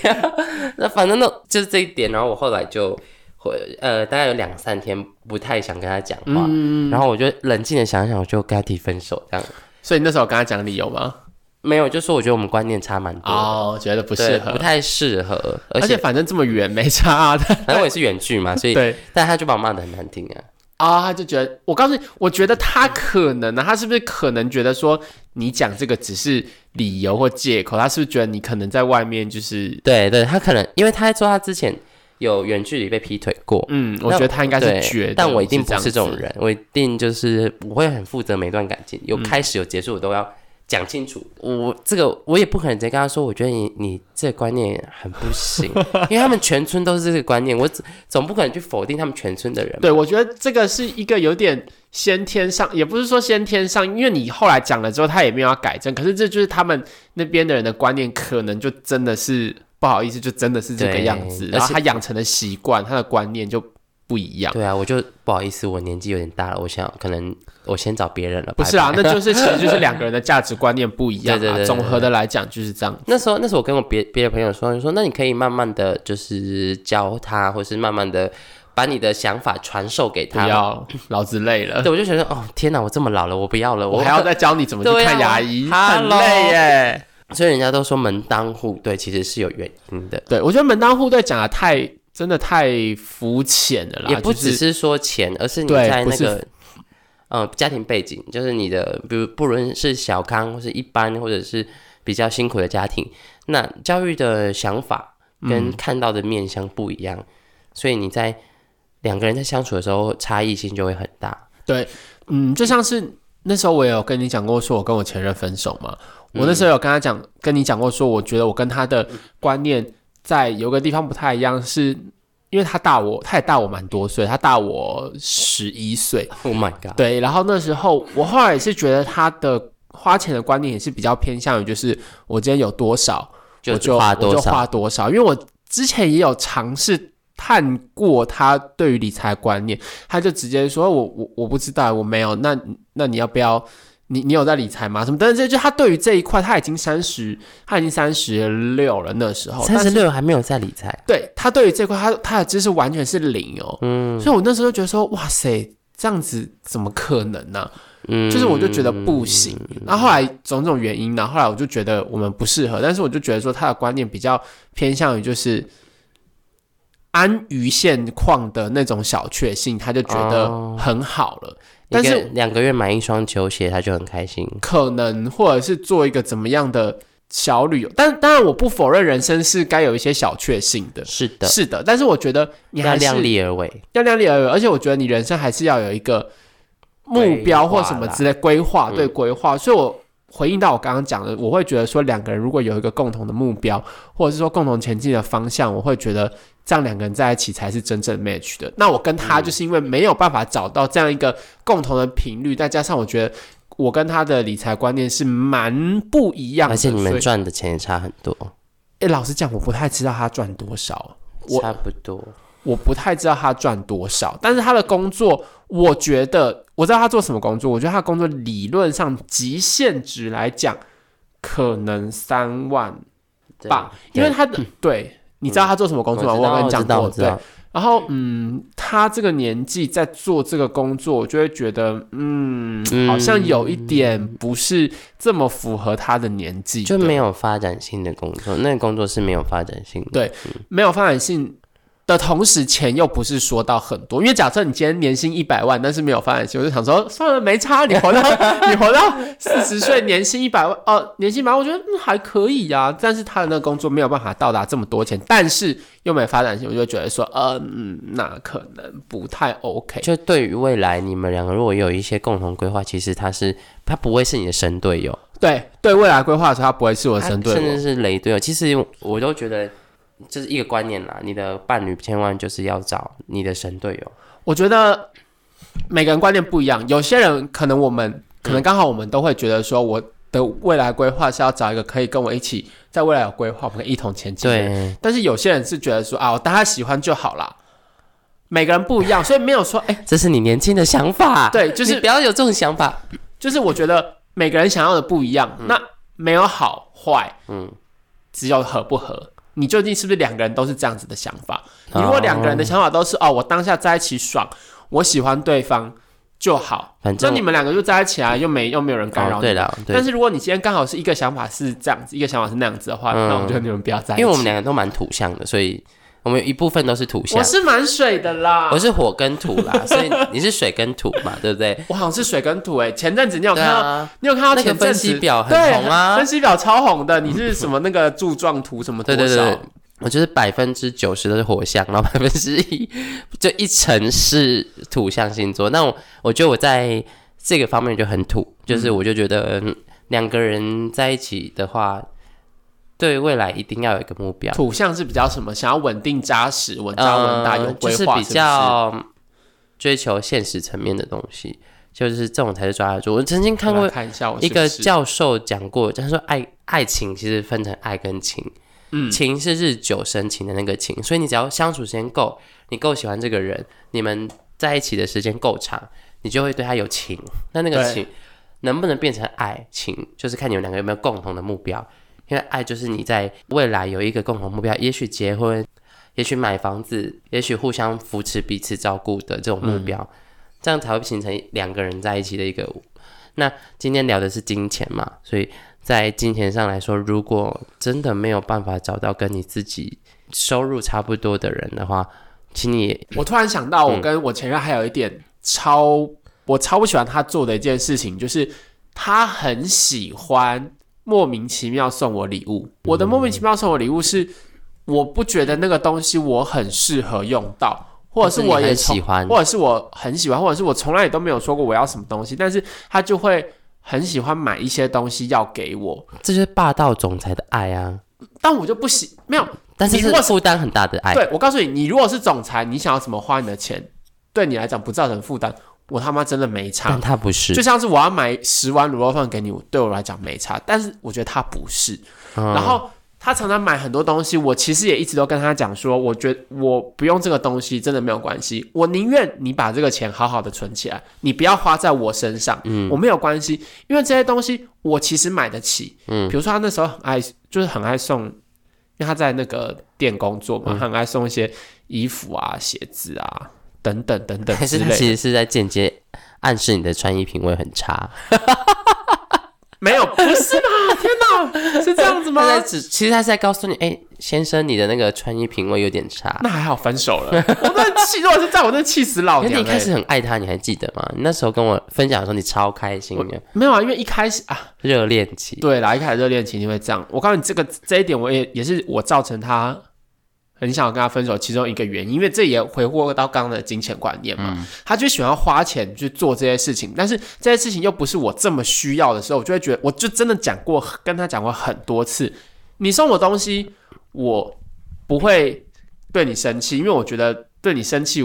[SPEAKER 1] 那 反正呢就是这一点，然后我后来就回呃，大概有两三天不太想跟他讲话，
[SPEAKER 2] 嗯
[SPEAKER 1] 然后我就冷静的想一想，我就跟他提分手，这样
[SPEAKER 2] 所以你那时候有跟他讲理由吗？
[SPEAKER 1] 没有，就说我觉得我们观念差蛮多的。
[SPEAKER 2] 哦，觉得不
[SPEAKER 1] 不
[SPEAKER 2] 适合
[SPEAKER 1] 不，太适合，而
[SPEAKER 2] 而且
[SPEAKER 1] 且
[SPEAKER 2] 反正这么远没差、啊。
[SPEAKER 1] 反正我也是远距嘛，所以
[SPEAKER 2] 对
[SPEAKER 1] 但他就把我骂的很难听啊。
[SPEAKER 2] 啊、他就觉得，我告诉你，我觉得他可能呢、他是不是可能觉得说你讲这个只是理由或借口？他是不是觉得你可能在外面就是，
[SPEAKER 1] 对对，他可能因为他在说他之前有远距离被劈腿过，
[SPEAKER 2] 嗯，我
[SPEAKER 1] 那
[SPEAKER 2] 觉得他应该是
[SPEAKER 1] 对
[SPEAKER 2] 觉得，
[SPEAKER 1] 但我一定不是
[SPEAKER 2] 这
[SPEAKER 1] 这嗯
[SPEAKER 2] 样
[SPEAKER 1] 种
[SPEAKER 2] 子。
[SPEAKER 1] 人，我一定就是我会很负责每一段感情，有开始有结束我都要讲清楚。我这个我也不可能直接跟他说，我觉得你你这个观念很不行， 因为他们全村都是这个观念，我总总不可能去否定他们全村的人。
[SPEAKER 2] 对，我觉得这个是一个有点先天上，也不是说先天上，因为你后来讲了之后，他也没有要改正，可是这就是他们那边的人的观念，可能就真的是不好意思，就真的是这个
[SPEAKER 1] 对
[SPEAKER 2] 样子，
[SPEAKER 1] 而
[SPEAKER 2] 然后
[SPEAKER 1] 且
[SPEAKER 2] 他养成的习惯，他的观念就不一样。
[SPEAKER 1] 对啊，我就不好意思，我年纪有点大了，我想可能我先找别人了。
[SPEAKER 2] 不是啊，
[SPEAKER 1] 拜拜
[SPEAKER 2] 那就是其实就是两个人的价值观念不一 样、啊，
[SPEAKER 1] 对对对对
[SPEAKER 2] 总和的来讲就是这样。
[SPEAKER 1] 那时候，那时候我跟我别别的朋友说，就说那你可以慢慢的就是教他，或是慢慢的把你的想法传授给
[SPEAKER 2] 不
[SPEAKER 1] 他。
[SPEAKER 2] 要，老子累了，
[SPEAKER 1] 对，我就觉得哦，天哪，我这么老了，我不要了，
[SPEAKER 2] 我
[SPEAKER 1] 我
[SPEAKER 2] 还要再教你怎么去
[SPEAKER 1] 对啊
[SPEAKER 2] 看牙医，很
[SPEAKER 1] ，Hello
[SPEAKER 2] 累耶。
[SPEAKER 1] 所以人家都说门当户对，其实是有原因的，
[SPEAKER 2] 对，我觉得门当户对讲的太真的太肤浅了啦，
[SPEAKER 1] 也不
[SPEAKER 2] 就
[SPEAKER 1] 只是
[SPEAKER 2] 是
[SPEAKER 1] 说钱，而是你
[SPEAKER 2] 对
[SPEAKER 1] 在
[SPEAKER 2] 不
[SPEAKER 1] 那
[SPEAKER 2] 是
[SPEAKER 1] 个。呃，家庭背景就是你的，比如不论是小康或是一般，或者是比较辛苦的家庭，那教育的想法
[SPEAKER 2] 嗯
[SPEAKER 1] 跟看到的面相不一样，所以你在两个人在相处的时候，差异性就会很大。
[SPEAKER 2] 嗯，就像是那时候我也有跟你讲过，说我跟我前任分手嘛，
[SPEAKER 1] 嗯
[SPEAKER 2] 我那时候有跟他讲，跟你讲过，说我觉得我跟他的观念在有个地方不太一样，是因为他大我，他也大我蛮多岁，他大我十一岁。
[SPEAKER 1] Oh my god！
[SPEAKER 2] 对，然后那时候我后来也是觉得他的花钱的观念也是比较偏向于，就是我今天有多少，
[SPEAKER 1] 就
[SPEAKER 2] 我就
[SPEAKER 1] 花
[SPEAKER 2] 我
[SPEAKER 1] 多
[SPEAKER 2] 就
[SPEAKER 1] 少？
[SPEAKER 2] 花多少，因为我之前也有尝试探过他对于理财观念，他就直接说我我我不知道，我没有。那那你要不要？你你有在理财吗？什么？但是这就他对于这一块，他已经三十，他已经三十六了那时候，
[SPEAKER 1] 三
[SPEAKER 2] 但
[SPEAKER 1] 十
[SPEAKER 2] 是
[SPEAKER 1] 六还没有在理财，
[SPEAKER 2] 对他对于这块，他他的知识完全是零哦。
[SPEAKER 1] 嗯
[SPEAKER 2] 所以我那时候就觉得说，哇塞，这样子怎么可能呢、啊
[SPEAKER 1] 嗯，
[SPEAKER 2] 就是我就觉得不行。然后后来种种原因呢，然后后来我就觉得我们不适合，但是我就觉得说他的观念比较偏向于就是安于现况的那种小确幸，他就觉得
[SPEAKER 1] 哦
[SPEAKER 2] 很好了。
[SPEAKER 1] 一
[SPEAKER 2] 但
[SPEAKER 1] 个
[SPEAKER 2] 是
[SPEAKER 1] 两个月买一双球鞋，他就很开心。
[SPEAKER 2] 可能或者是做一个怎么样的小旅游，但当然我不否认人生是该有一些小确幸的。
[SPEAKER 1] 是的，
[SPEAKER 2] 是的，但是我觉得你
[SPEAKER 1] 要
[SPEAKER 2] 还是
[SPEAKER 1] 量力而为。
[SPEAKER 2] 要量力而为，而且我觉得你人生还是要有一个目标或什么之类规划，
[SPEAKER 1] 嗯
[SPEAKER 2] 对规划。所以我回应到我刚刚讲的，我会觉得说两个人如果有一个共同的目标，或者是说共同前进的方向，我会觉得这样两个人在一起才是真正 match 的。那我跟他
[SPEAKER 1] 嗯
[SPEAKER 2] 就是因为没有办法找到这样一个共同的频率，再加上我觉得。我跟他的理财观念是蛮不一样的，
[SPEAKER 1] 而且你
[SPEAKER 2] 所
[SPEAKER 1] 们
[SPEAKER 2] 以，
[SPEAKER 1] 赚的钱也差很多，
[SPEAKER 2] 哎、老实讲，我不太知道他赚多少，我
[SPEAKER 1] 差不多。
[SPEAKER 2] 我不太知道他赚多少，但是他的工作，我觉得我知道他做什么工作，我觉得他的工作理论上极限值来讲，可能三万
[SPEAKER 1] 对
[SPEAKER 2] 吧，因为他的对，你知道他做什么工作吗？
[SPEAKER 1] 我知
[SPEAKER 2] 我有
[SPEAKER 1] 道
[SPEAKER 2] 跟你
[SPEAKER 1] 我
[SPEAKER 2] 讲
[SPEAKER 1] 知道，
[SPEAKER 2] 过，
[SPEAKER 1] 我知
[SPEAKER 2] 对
[SPEAKER 1] 道。。
[SPEAKER 2] 然后嗯，他这个年纪在做这个工作，我就会觉得嗯，
[SPEAKER 1] 嗯
[SPEAKER 2] 好像有一点不是这么符合他的年纪的，
[SPEAKER 1] 就没有发展性的工作，那个工作是没有发展性的。
[SPEAKER 2] 对没有发展性的同时，钱又不是说到很多。因为假设你今天年薪一百万，但是没有发展性，我就想说算了，没差，你活到 你活到四十岁，年薪一百万，哦，年薪一百万，我觉得、嗯、还可以呀、啊。但是他的那个工作没有办法到达这么多钱，但是又没发展性，我就觉得说，呃嗯，那可能不太 OK。
[SPEAKER 1] 就对于未来，你们两个如果有一些共同规划，其实他是他不会是你的神队友，
[SPEAKER 2] 对对，未来规划的时候，他不会是我的
[SPEAKER 1] 他
[SPEAKER 2] 神队
[SPEAKER 1] 甚至
[SPEAKER 2] 友。
[SPEAKER 1] 是雷队友。其实我都觉得这是一个观念啦，你的伴侣千万就是要找你的神队友。
[SPEAKER 2] 我觉得每个人观念不一样，有些人可能我
[SPEAKER 1] 嗯
[SPEAKER 2] 们可能刚好我们都会觉得说，我的未来规划是要找一个可以跟我一起在未来有规划，我们可以一同前进。，
[SPEAKER 1] 对，
[SPEAKER 2] 但是有些人是觉得说啊，我当他喜欢就好啦。每个人不一样，所以没有说哎、
[SPEAKER 1] 这是你年轻的想法。
[SPEAKER 2] 对就是
[SPEAKER 1] 你不要有这种想法。
[SPEAKER 2] 就是我觉得每个人想要的不一样，那没有好坏，
[SPEAKER 1] 嗯，
[SPEAKER 2] 只有合不合。你究竟是不是两个人都是这样子的想法？
[SPEAKER 1] 哦
[SPEAKER 2] 你如果两个人的想法都是哦，我当下在一起爽，我喜欢对方就好，
[SPEAKER 1] 反
[SPEAKER 2] 那
[SPEAKER 1] 正
[SPEAKER 2] 你们两个就在一起啊，又没又没有人干扰
[SPEAKER 1] 哦，
[SPEAKER 2] 你。
[SPEAKER 1] 对了，对
[SPEAKER 2] 但，是如果你今天刚好是一个想法是这样子，一个想法是那样子的话，
[SPEAKER 1] 嗯
[SPEAKER 2] 那我觉得你们不要在一起。
[SPEAKER 1] 因为我们两个都蛮土象的，所以我们有一部分都是土象
[SPEAKER 2] 我。是蛮水的啦，
[SPEAKER 1] 我是火跟土 啦，所以你是水跟土嘛，对不对？
[SPEAKER 2] 我好像是水跟土诶、前阵子你有
[SPEAKER 1] 对
[SPEAKER 2] 看到，
[SPEAKER 1] 啊，
[SPEAKER 2] 你有看到
[SPEAKER 1] 那个
[SPEAKER 2] 前阵
[SPEAKER 1] 分
[SPEAKER 2] 子
[SPEAKER 1] 析表很
[SPEAKER 2] 对
[SPEAKER 1] 红啊
[SPEAKER 2] 分析表超红的，你是什么那个柱状图什么多
[SPEAKER 1] 对
[SPEAKER 2] 少？
[SPEAKER 1] 对对对，我就是百分之九十都是火象，然后百分之一就一成是土象星座。那我我觉得我在这个方面就很土，就是我就觉得嗯两个人在一起的话，对未来一定要有一个目标，
[SPEAKER 2] 土象是比较什么？想要稳定扎实、稳扎稳打、
[SPEAKER 1] 呃
[SPEAKER 2] 有
[SPEAKER 1] 就
[SPEAKER 2] 规
[SPEAKER 1] 是
[SPEAKER 2] 划，
[SPEAKER 1] 比较追求现实层面的东西，就是这种才是抓得住。我曾经看
[SPEAKER 2] 看
[SPEAKER 1] 过
[SPEAKER 2] 过看一下我是
[SPEAKER 1] 一
[SPEAKER 2] 不
[SPEAKER 1] 个
[SPEAKER 2] 是
[SPEAKER 1] 教授讲过，他说爱爱情其实分成爱跟情，
[SPEAKER 2] 嗯
[SPEAKER 1] 情是日久生情的那个情，所以你只要相处时间够，你够喜欢这个人，你们在一起的时间够长，你就会对他有情。那那个
[SPEAKER 2] 对
[SPEAKER 1] 情能不能变成爱情，就是看你们两个有没有共同的目标。因为爱就是你在未来有一个共同目标，也许结婚，也许买房子，也许互相扶持、彼此照顾的这种目标，
[SPEAKER 2] 嗯
[SPEAKER 1] 这样才会形成两个人在一起的一个今天聊的是金钱嘛，所以在金钱上来说，如果真的没有办法找到跟你自己收入差不多的人的话，请你
[SPEAKER 2] 我突然想到，
[SPEAKER 1] 嗯
[SPEAKER 2] 我跟我前任还有一点超，我超不喜欢他做的一件事情，就是他很喜欢莫名其妙送我礼物。我的莫名其妙送我礼物是，我不觉得那个东西我很适合用到，或者是我
[SPEAKER 1] 你
[SPEAKER 2] 也
[SPEAKER 1] 很
[SPEAKER 2] 从
[SPEAKER 1] 喜欢，
[SPEAKER 2] 或者是我很喜欢，或者是我从来也都没有说过我要什么东西，但是他就会很喜欢买一些东西要给我，
[SPEAKER 1] 这就是霸道总裁的爱啊！
[SPEAKER 2] 但我就不喜没有
[SPEAKER 1] 但是
[SPEAKER 2] 你
[SPEAKER 1] 是
[SPEAKER 2] 如果
[SPEAKER 1] 负担很大的爱，
[SPEAKER 2] 对，我告诉你，你如果是总裁，你想要怎么花你的钱，对你来讲不造成负担，我他妈真的没差
[SPEAKER 1] 但。他不是
[SPEAKER 2] 就。像是我要买十碗卤肉饭给你，对我来讲没差，但是我觉得他不是。
[SPEAKER 1] 嗯
[SPEAKER 2] 然后他常常买很多东西，我其实也一直都跟他讲说，我觉我不用这个东西真的没有关系，我宁愿你把这个钱好好的存起来，你不要花在我身上，嗯，我没有关系，因为这些东西我其实买得起，嗯，比如说他那时候很爱，就是很爱送，因为他在那个店工作嘛，他很爱送一些衣服啊、鞋子啊等等等等
[SPEAKER 1] 还
[SPEAKER 2] 之
[SPEAKER 1] 是他
[SPEAKER 2] 类的
[SPEAKER 1] 其实是在间接暗示你的穿衣品味很差？
[SPEAKER 2] 没有，不是 吧？天哪，是这样子吗
[SPEAKER 1] 他？在只其实他是在告诉你，哎、先生，你的那个穿衣品味有点差。
[SPEAKER 2] 那还好分手 了，我真的气，如果是在我真的气死老
[SPEAKER 1] 可是
[SPEAKER 2] 娘、
[SPEAKER 1] 你一开
[SPEAKER 2] 欸。
[SPEAKER 1] 始很爱他，你还记得吗？你那时候跟我分享的时候，你超开心的，
[SPEAKER 2] 没有啊，因为一开始啊，
[SPEAKER 1] 热恋期。
[SPEAKER 2] 对啦，一开始热恋期你会这样。我告诉你，这个这一点我也也是我造成他很想要跟他分手其中一个原因，因为这也回过到刚刚的金钱观念嘛。他就喜欢花钱去做这些事情，但是这些事情又不是我这么需要的时候，我就会觉得，我就真的讲过，跟他讲过很多次，你送我东西，我不会对你生气，因为我觉得对你生气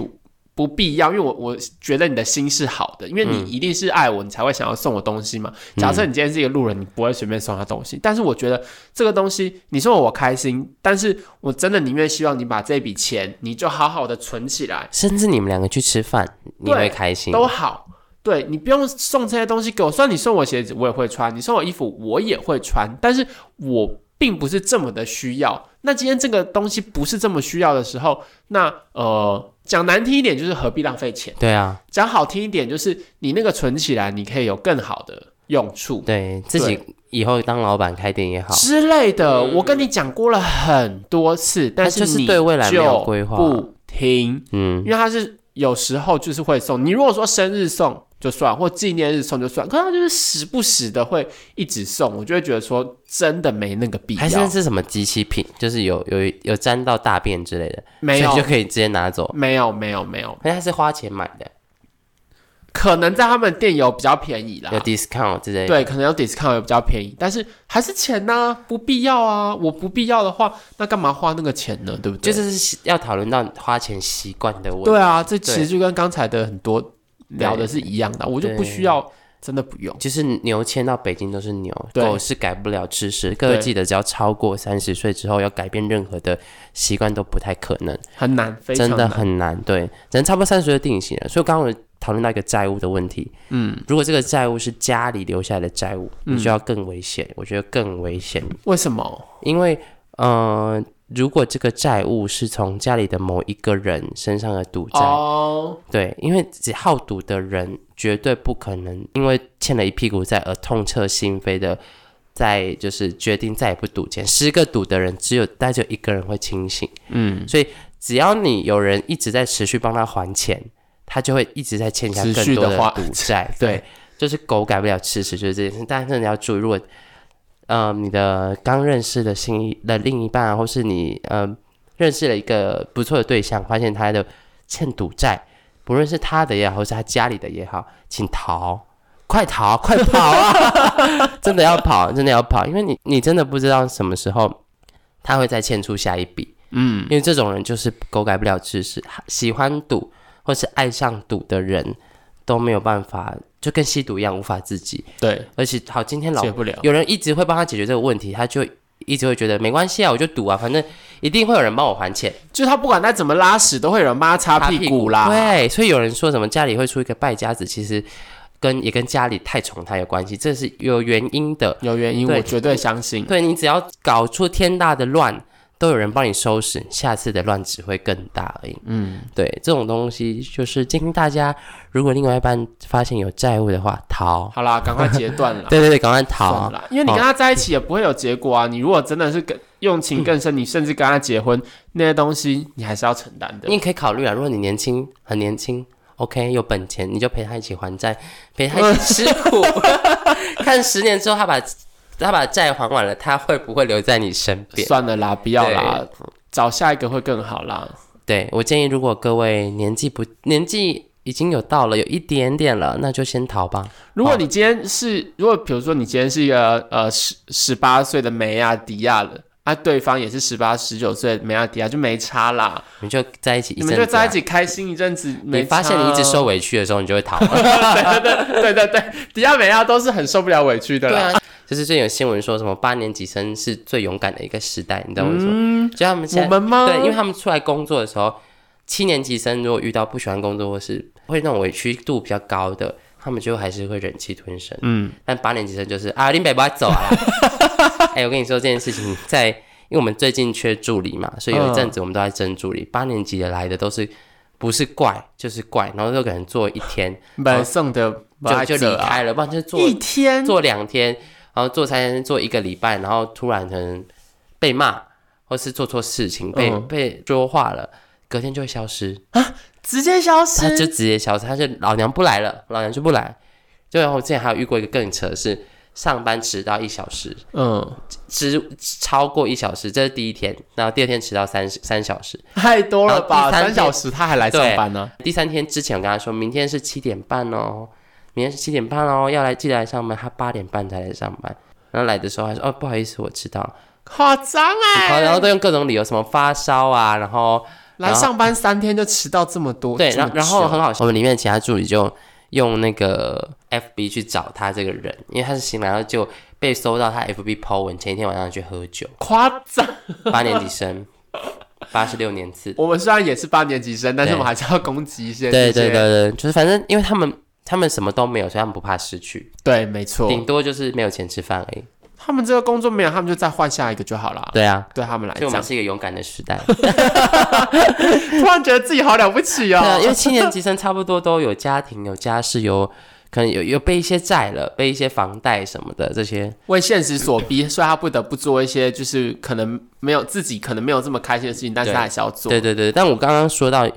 [SPEAKER 2] 不必要，因为我我觉得你的心是好的，因为你一定是爱我，你才会想要送我东西嘛。假设你今天是一个路人，你不会随便送他东西，但是我觉得这个东西，你送我我开心，但是我真的宁愿希望你把这笔钱，你就好好的存起来，
[SPEAKER 1] 甚至你们两个去吃饭，你
[SPEAKER 2] 对
[SPEAKER 1] 会开心。
[SPEAKER 2] 都好。对你不用送这些东西给我，虽然你送我鞋子我也会穿，你送我衣服我也会穿，但是我并不是这么的需要。那今天这个东西不是这么需要的时候，那呃讲难听一点就是何必浪费钱，
[SPEAKER 1] 对啊，
[SPEAKER 2] 讲好听一点就是你那个存起来，你可以有更好的用处
[SPEAKER 1] 对自己以后当老板开店也好，
[SPEAKER 2] 之类的。我跟你讲过了很多次，但
[SPEAKER 1] 就是是
[SPEAKER 2] 你
[SPEAKER 1] 对未来没有规划
[SPEAKER 2] 就不听。
[SPEAKER 1] 嗯，
[SPEAKER 2] 因为他是有时候就是会送。你如果说生日送就算，或纪念日送就算，可是他就是时不时的会一直送，我就会觉得说真的没那个必
[SPEAKER 1] 还是那
[SPEAKER 2] 要，
[SPEAKER 1] 是什么机器品，就是有有有沾到大便之类的，所
[SPEAKER 2] 没
[SPEAKER 1] 以
[SPEAKER 2] 有
[SPEAKER 1] 你就可以直接拿走。
[SPEAKER 2] 没有没有没有，
[SPEAKER 1] 可是他是花钱买的，
[SPEAKER 2] 可能在他们店有比较便宜啦
[SPEAKER 1] 有。discount 之类的。
[SPEAKER 2] 啊对，可能有 discount 也比较便宜，但是还是钱呐、不必要啊！我不必要的话，那干嘛花那个钱呢？对不
[SPEAKER 1] 就
[SPEAKER 2] 对？
[SPEAKER 1] 是要讨论到花钱习惯的问题。
[SPEAKER 2] 对啊，这其
[SPEAKER 1] 对
[SPEAKER 2] 实就跟刚才的很多聊的是一样的，我就不需要，真的不用。
[SPEAKER 1] 就是牛迁到北京都是牛，
[SPEAKER 2] 对
[SPEAKER 1] 狗是改不了吃食。各位
[SPEAKER 2] 对
[SPEAKER 1] 记得，只要超过三十岁之后，要改变任何的习惯都不太可能，
[SPEAKER 2] 很难，非常
[SPEAKER 1] 真的
[SPEAKER 2] 难。
[SPEAKER 1] 很难。对，人差不多三十岁就定型了。所以刚刚我讨论到一个债务的问题，嗯，如果这个债务是家里留下来的债务，
[SPEAKER 2] 嗯
[SPEAKER 1] 你就要更危险，我觉得更危险，
[SPEAKER 2] 为什么？
[SPEAKER 1] 因为呃，如果这个债务是从家里的某一个人身上的赌债，
[SPEAKER 2] 哦，
[SPEAKER 1] 对，因为只好赌的人绝对不可能因为欠了一屁股债而痛彻心扉的，在就是决定再也不赌钱。十个赌的人，只有但只有一个人会清醒。嗯，所以只要你有人一直在持续帮他还钱，他就会一直在欠下
[SPEAKER 2] 持
[SPEAKER 1] 更
[SPEAKER 2] 续
[SPEAKER 1] 多
[SPEAKER 2] 地花。
[SPEAKER 1] 的赌债
[SPEAKER 2] 对，
[SPEAKER 1] 就是狗改不了吃屎，就是这件事。但是你要注意，如果呃你的刚认识的新一的另一半啊，或是你呃认识了一个不错的对象，发现他的欠赌债，不论是他的也好，或是他家里的也好，请逃。快逃！快跑啊！真的要跑，真的要跑，因为你你真的不知道什么时候他会再欠出下一笔。嗯，因为这种人就是狗改不了吃屎，喜欢赌或是爱上赌的人都没有办法，就跟吸毒一样无法自己。
[SPEAKER 2] 对，
[SPEAKER 1] 而且好，今天老
[SPEAKER 2] 解不了。
[SPEAKER 1] 有人一直会帮他解决这个问题，他就一直会觉得没关系啊，我就赌啊，反正一定会有人帮我还钱。
[SPEAKER 2] 就是他不管他怎么拉屎，都会有人帮他擦屁股啦。
[SPEAKER 1] 对，所以有人说什么家里会出一个败家子，其实跟也跟家里太宠他有关系，这是有原因的。
[SPEAKER 2] 有原因，
[SPEAKER 1] 对
[SPEAKER 2] 我绝对相信。
[SPEAKER 1] 对你只要搞出天大的乱，都有人帮你收拾，下次的乱只会更大而已。嗯，对，这种东西就是建议大家，如果另外一半发现有债务的话，逃。
[SPEAKER 2] 好啦，赶快截断啦。
[SPEAKER 1] 对对对，赶快
[SPEAKER 2] 算
[SPEAKER 1] 逃。
[SPEAKER 2] 啦，因为你跟他在一起也不会有结果啊。你如果真的是跟用情更深，你甚至跟他结婚，那些东西你还是要承担的。
[SPEAKER 1] 你也可以考虑啊，如果你年轻，很年轻，OK，有本钱，你就陪他一起还债，陪他一 起吃苦， 看十年之后他把他把债还完了，他会不会留在你身边？
[SPEAKER 2] 算了啦，不要啦，找下一个会更好啦。
[SPEAKER 1] 对我建议，如果各位年纪不年纪已经有到了，有一点点了，那就先逃吧。
[SPEAKER 2] 如果你今天是，如果比如说你今天是一个呃十十八岁的梅亚迪亚了，啊，对方也是十八十九岁的梅亚迪亚，就没差啦。
[SPEAKER 1] 你就在一起一
[SPEAKER 2] 你
[SPEAKER 1] 阵子、
[SPEAKER 2] 们
[SPEAKER 1] 啊，
[SPEAKER 2] 就在一起开心一阵子，没
[SPEAKER 1] 你发现
[SPEAKER 2] 差啊
[SPEAKER 1] 你一直受 委屈的时候，你就会逃了。啊
[SPEAKER 2] 对对对对对，迪亚美亚都是很受不了委屈的
[SPEAKER 1] 对
[SPEAKER 2] 啦。
[SPEAKER 1] 啊，就是最近有新闻说什么八年级生是最勇敢的一个时代，你知道为什么？
[SPEAKER 2] 嗯，
[SPEAKER 1] 就他们
[SPEAKER 2] 我
[SPEAKER 1] 现在
[SPEAKER 2] 们吗？
[SPEAKER 1] 对，因为他们出来工作的时候，七年级生如果遇到不喜欢工作或是会那种委屈度比较高的，他们就还是会忍气吞声。
[SPEAKER 2] 嗯，
[SPEAKER 1] 但八年级生就是啊，林北不要走啊！ 哎、我跟你说这件事情在，因为我们最近缺助理嘛，所以有一阵子我们都在争助理。八年级的来的都是不是怪就是怪，然后就可能做一天
[SPEAKER 2] 买送的
[SPEAKER 1] 哦就就离
[SPEAKER 2] 啊，
[SPEAKER 1] 开了，不然就是做
[SPEAKER 2] 一天
[SPEAKER 1] 做两天，然后做三天，做一个礼拜，然后突然可能被骂，或是做错事情，被、
[SPEAKER 2] 嗯
[SPEAKER 1] 被说话了，隔天就会消失，
[SPEAKER 2] 直接消
[SPEAKER 1] 他就
[SPEAKER 2] 失，
[SPEAKER 1] 直接消失，他就老娘不来了，老娘就不来。就然后我之前还有遇过一个更扯的是，上班迟到一小时，
[SPEAKER 2] 嗯，
[SPEAKER 1] 迟超过一小时，这是第一天，然后第二天迟到三三小时，
[SPEAKER 2] 太多了吧？
[SPEAKER 1] 然后第三
[SPEAKER 2] 三
[SPEAKER 1] 天
[SPEAKER 2] 小时他还来上班呢、
[SPEAKER 1] 第三天之前我跟他说明天是七点半哦，明天是七点半哦，要来记得来上班，他八点半才来上班，然后来的时候还说哦不好意思我迟到了。
[SPEAKER 2] 夸张哎！
[SPEAKER 1] 然后都用各种理由，什么发烧啊，然后
[SPEAKER 2] 来上班三天就迟到这么多，
[SPEAKER 1] 对，
[SPEAKER 2] 这么啊
[SPEAKER 1] 然后然后
[SPEAKER 2] 久，
[SPEAKER 1] 很好笑，我们里面的其他助理就用那个 FB 去找他这个人，因为他是新来，然后就被搜到他 FB po 文，前一天晚上去喝酒
[SPEAKER 2] 夸张。
[SPEAKER 1] 八年级生，八十六年次，
[SPEAKER 2] 我们虽然也是八年级生，但是
[SPEAKER 1] 对
[SPEAKER 2] 我们还是要攻击一些
[SPEAKER 1] 对
[SPEAKER 2] 这
[SPEAKER 1] 对
[SPEAKER 2] 些
[SPEAKER 1] 对对，就是反正因为他们他们什么都没有，所以他们不怕失去，
[SPEAKER 2] 对，没错。
[SPEAKER 1] 顶多就是没有钱吃饭而已。
[SPEAKER 2] 他们这个工作没有，他们就再换下一个就好了。
[SPEAKER 1] 对啊，
[SPEAKER 2] 对他们来
[SPEAKER 1] 所以我们
[SPEAKER 2] 讲，
[SPEAKER 1] 是一个勇敢的时代。
[SPEAKER 2] 突然觉得自己好了不 起
[SPEAKER 1] 对啊，因
[SPEAKER 2] 哦。
[SPEAKER 1] 为七年级生差不多都有家庭、有家室、有可能有有背一些债了，背一些房贷什么的这些。
[SPEAKER 2] 为现实所逼，所以他不得不做一些就是可能没有自己可能没有这么开心的事情，但是他还是要做。
[SPEAKER 1] 对对对，但我刚刚说到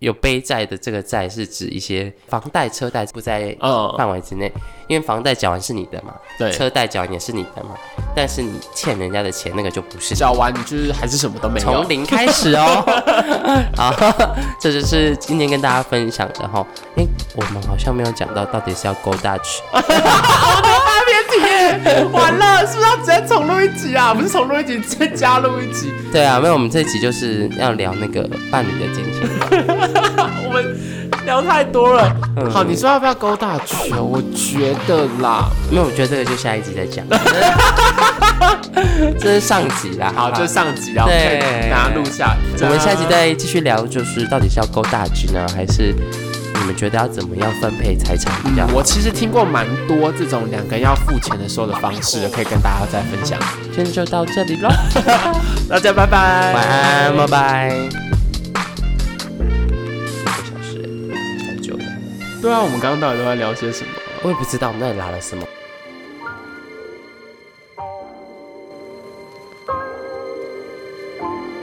[SPEAKER 1] 有背债的这个债是指一些房贷、车贷不在
[SPEAKER 2] 嗯，
[SPEAKER 1] 范围之内，因为房贷缴完是你的嘛，
[SPEAKER 2] 对，
[SPEAKER 1] 车贷缴完也是你的嘛，但是你欠人家的钱那个就不是你的
[SPEAKER 2] 缴完你就是还是什么都没有
[SPEAKER 1] 从。零开始 哦。好，这就是今天跟大家分享的哈。哎、我们好像没有讲到到底是要 go Dutch。
[SPEAKER 2] 八年级耶，哎完了，是不是要直接重录一集啊？不是重录一集，直接加录一集。
[SPEAKER 1] 对啊，没有，我们这集就是要聊那个伴侣的金钱。
[SPEAKER 2] 我们聊太多了。
[SPEAKER 1] 嗯
[SPEAKER 2] 好，你说要不要勾大曲？我觉得啦，
[SPEAKER 1] 没有，我觉得这个就下一集再 讲。 这是上集啦，
[SPEAKER 2] 好，
[SPEAKER 1] 不
[SPEAKER 2] 就上集啊，我们可
[SPEAKER 1] 对
[SPEAKER 2] 以拿录下。
[SPEAKER 1] 我们下集再继续聊，就是到底是要勾大局呢，还是你们觉得要怎么样分配财产比较
[SPEAKER 2] 嗯。
[SPEAKER 1] 好？
[SPEAKER 2] 我其实听过蛮多这种两个人要付钱的时候的方式的，可以跟大家再分享。
[SPEAKER 1] 今天就到这里喽，
[SPEAKER 2] 大家拜拜，
[SPEAKER 1] 晚安，拜拜。一个小时，很久了，
[SPEAKER 2] 对啊，我们刚刚到底都在聊些什么？
[SPEAKER 1] 我也不知道我们到底聊了什么。
[SPEAKER 3] Thank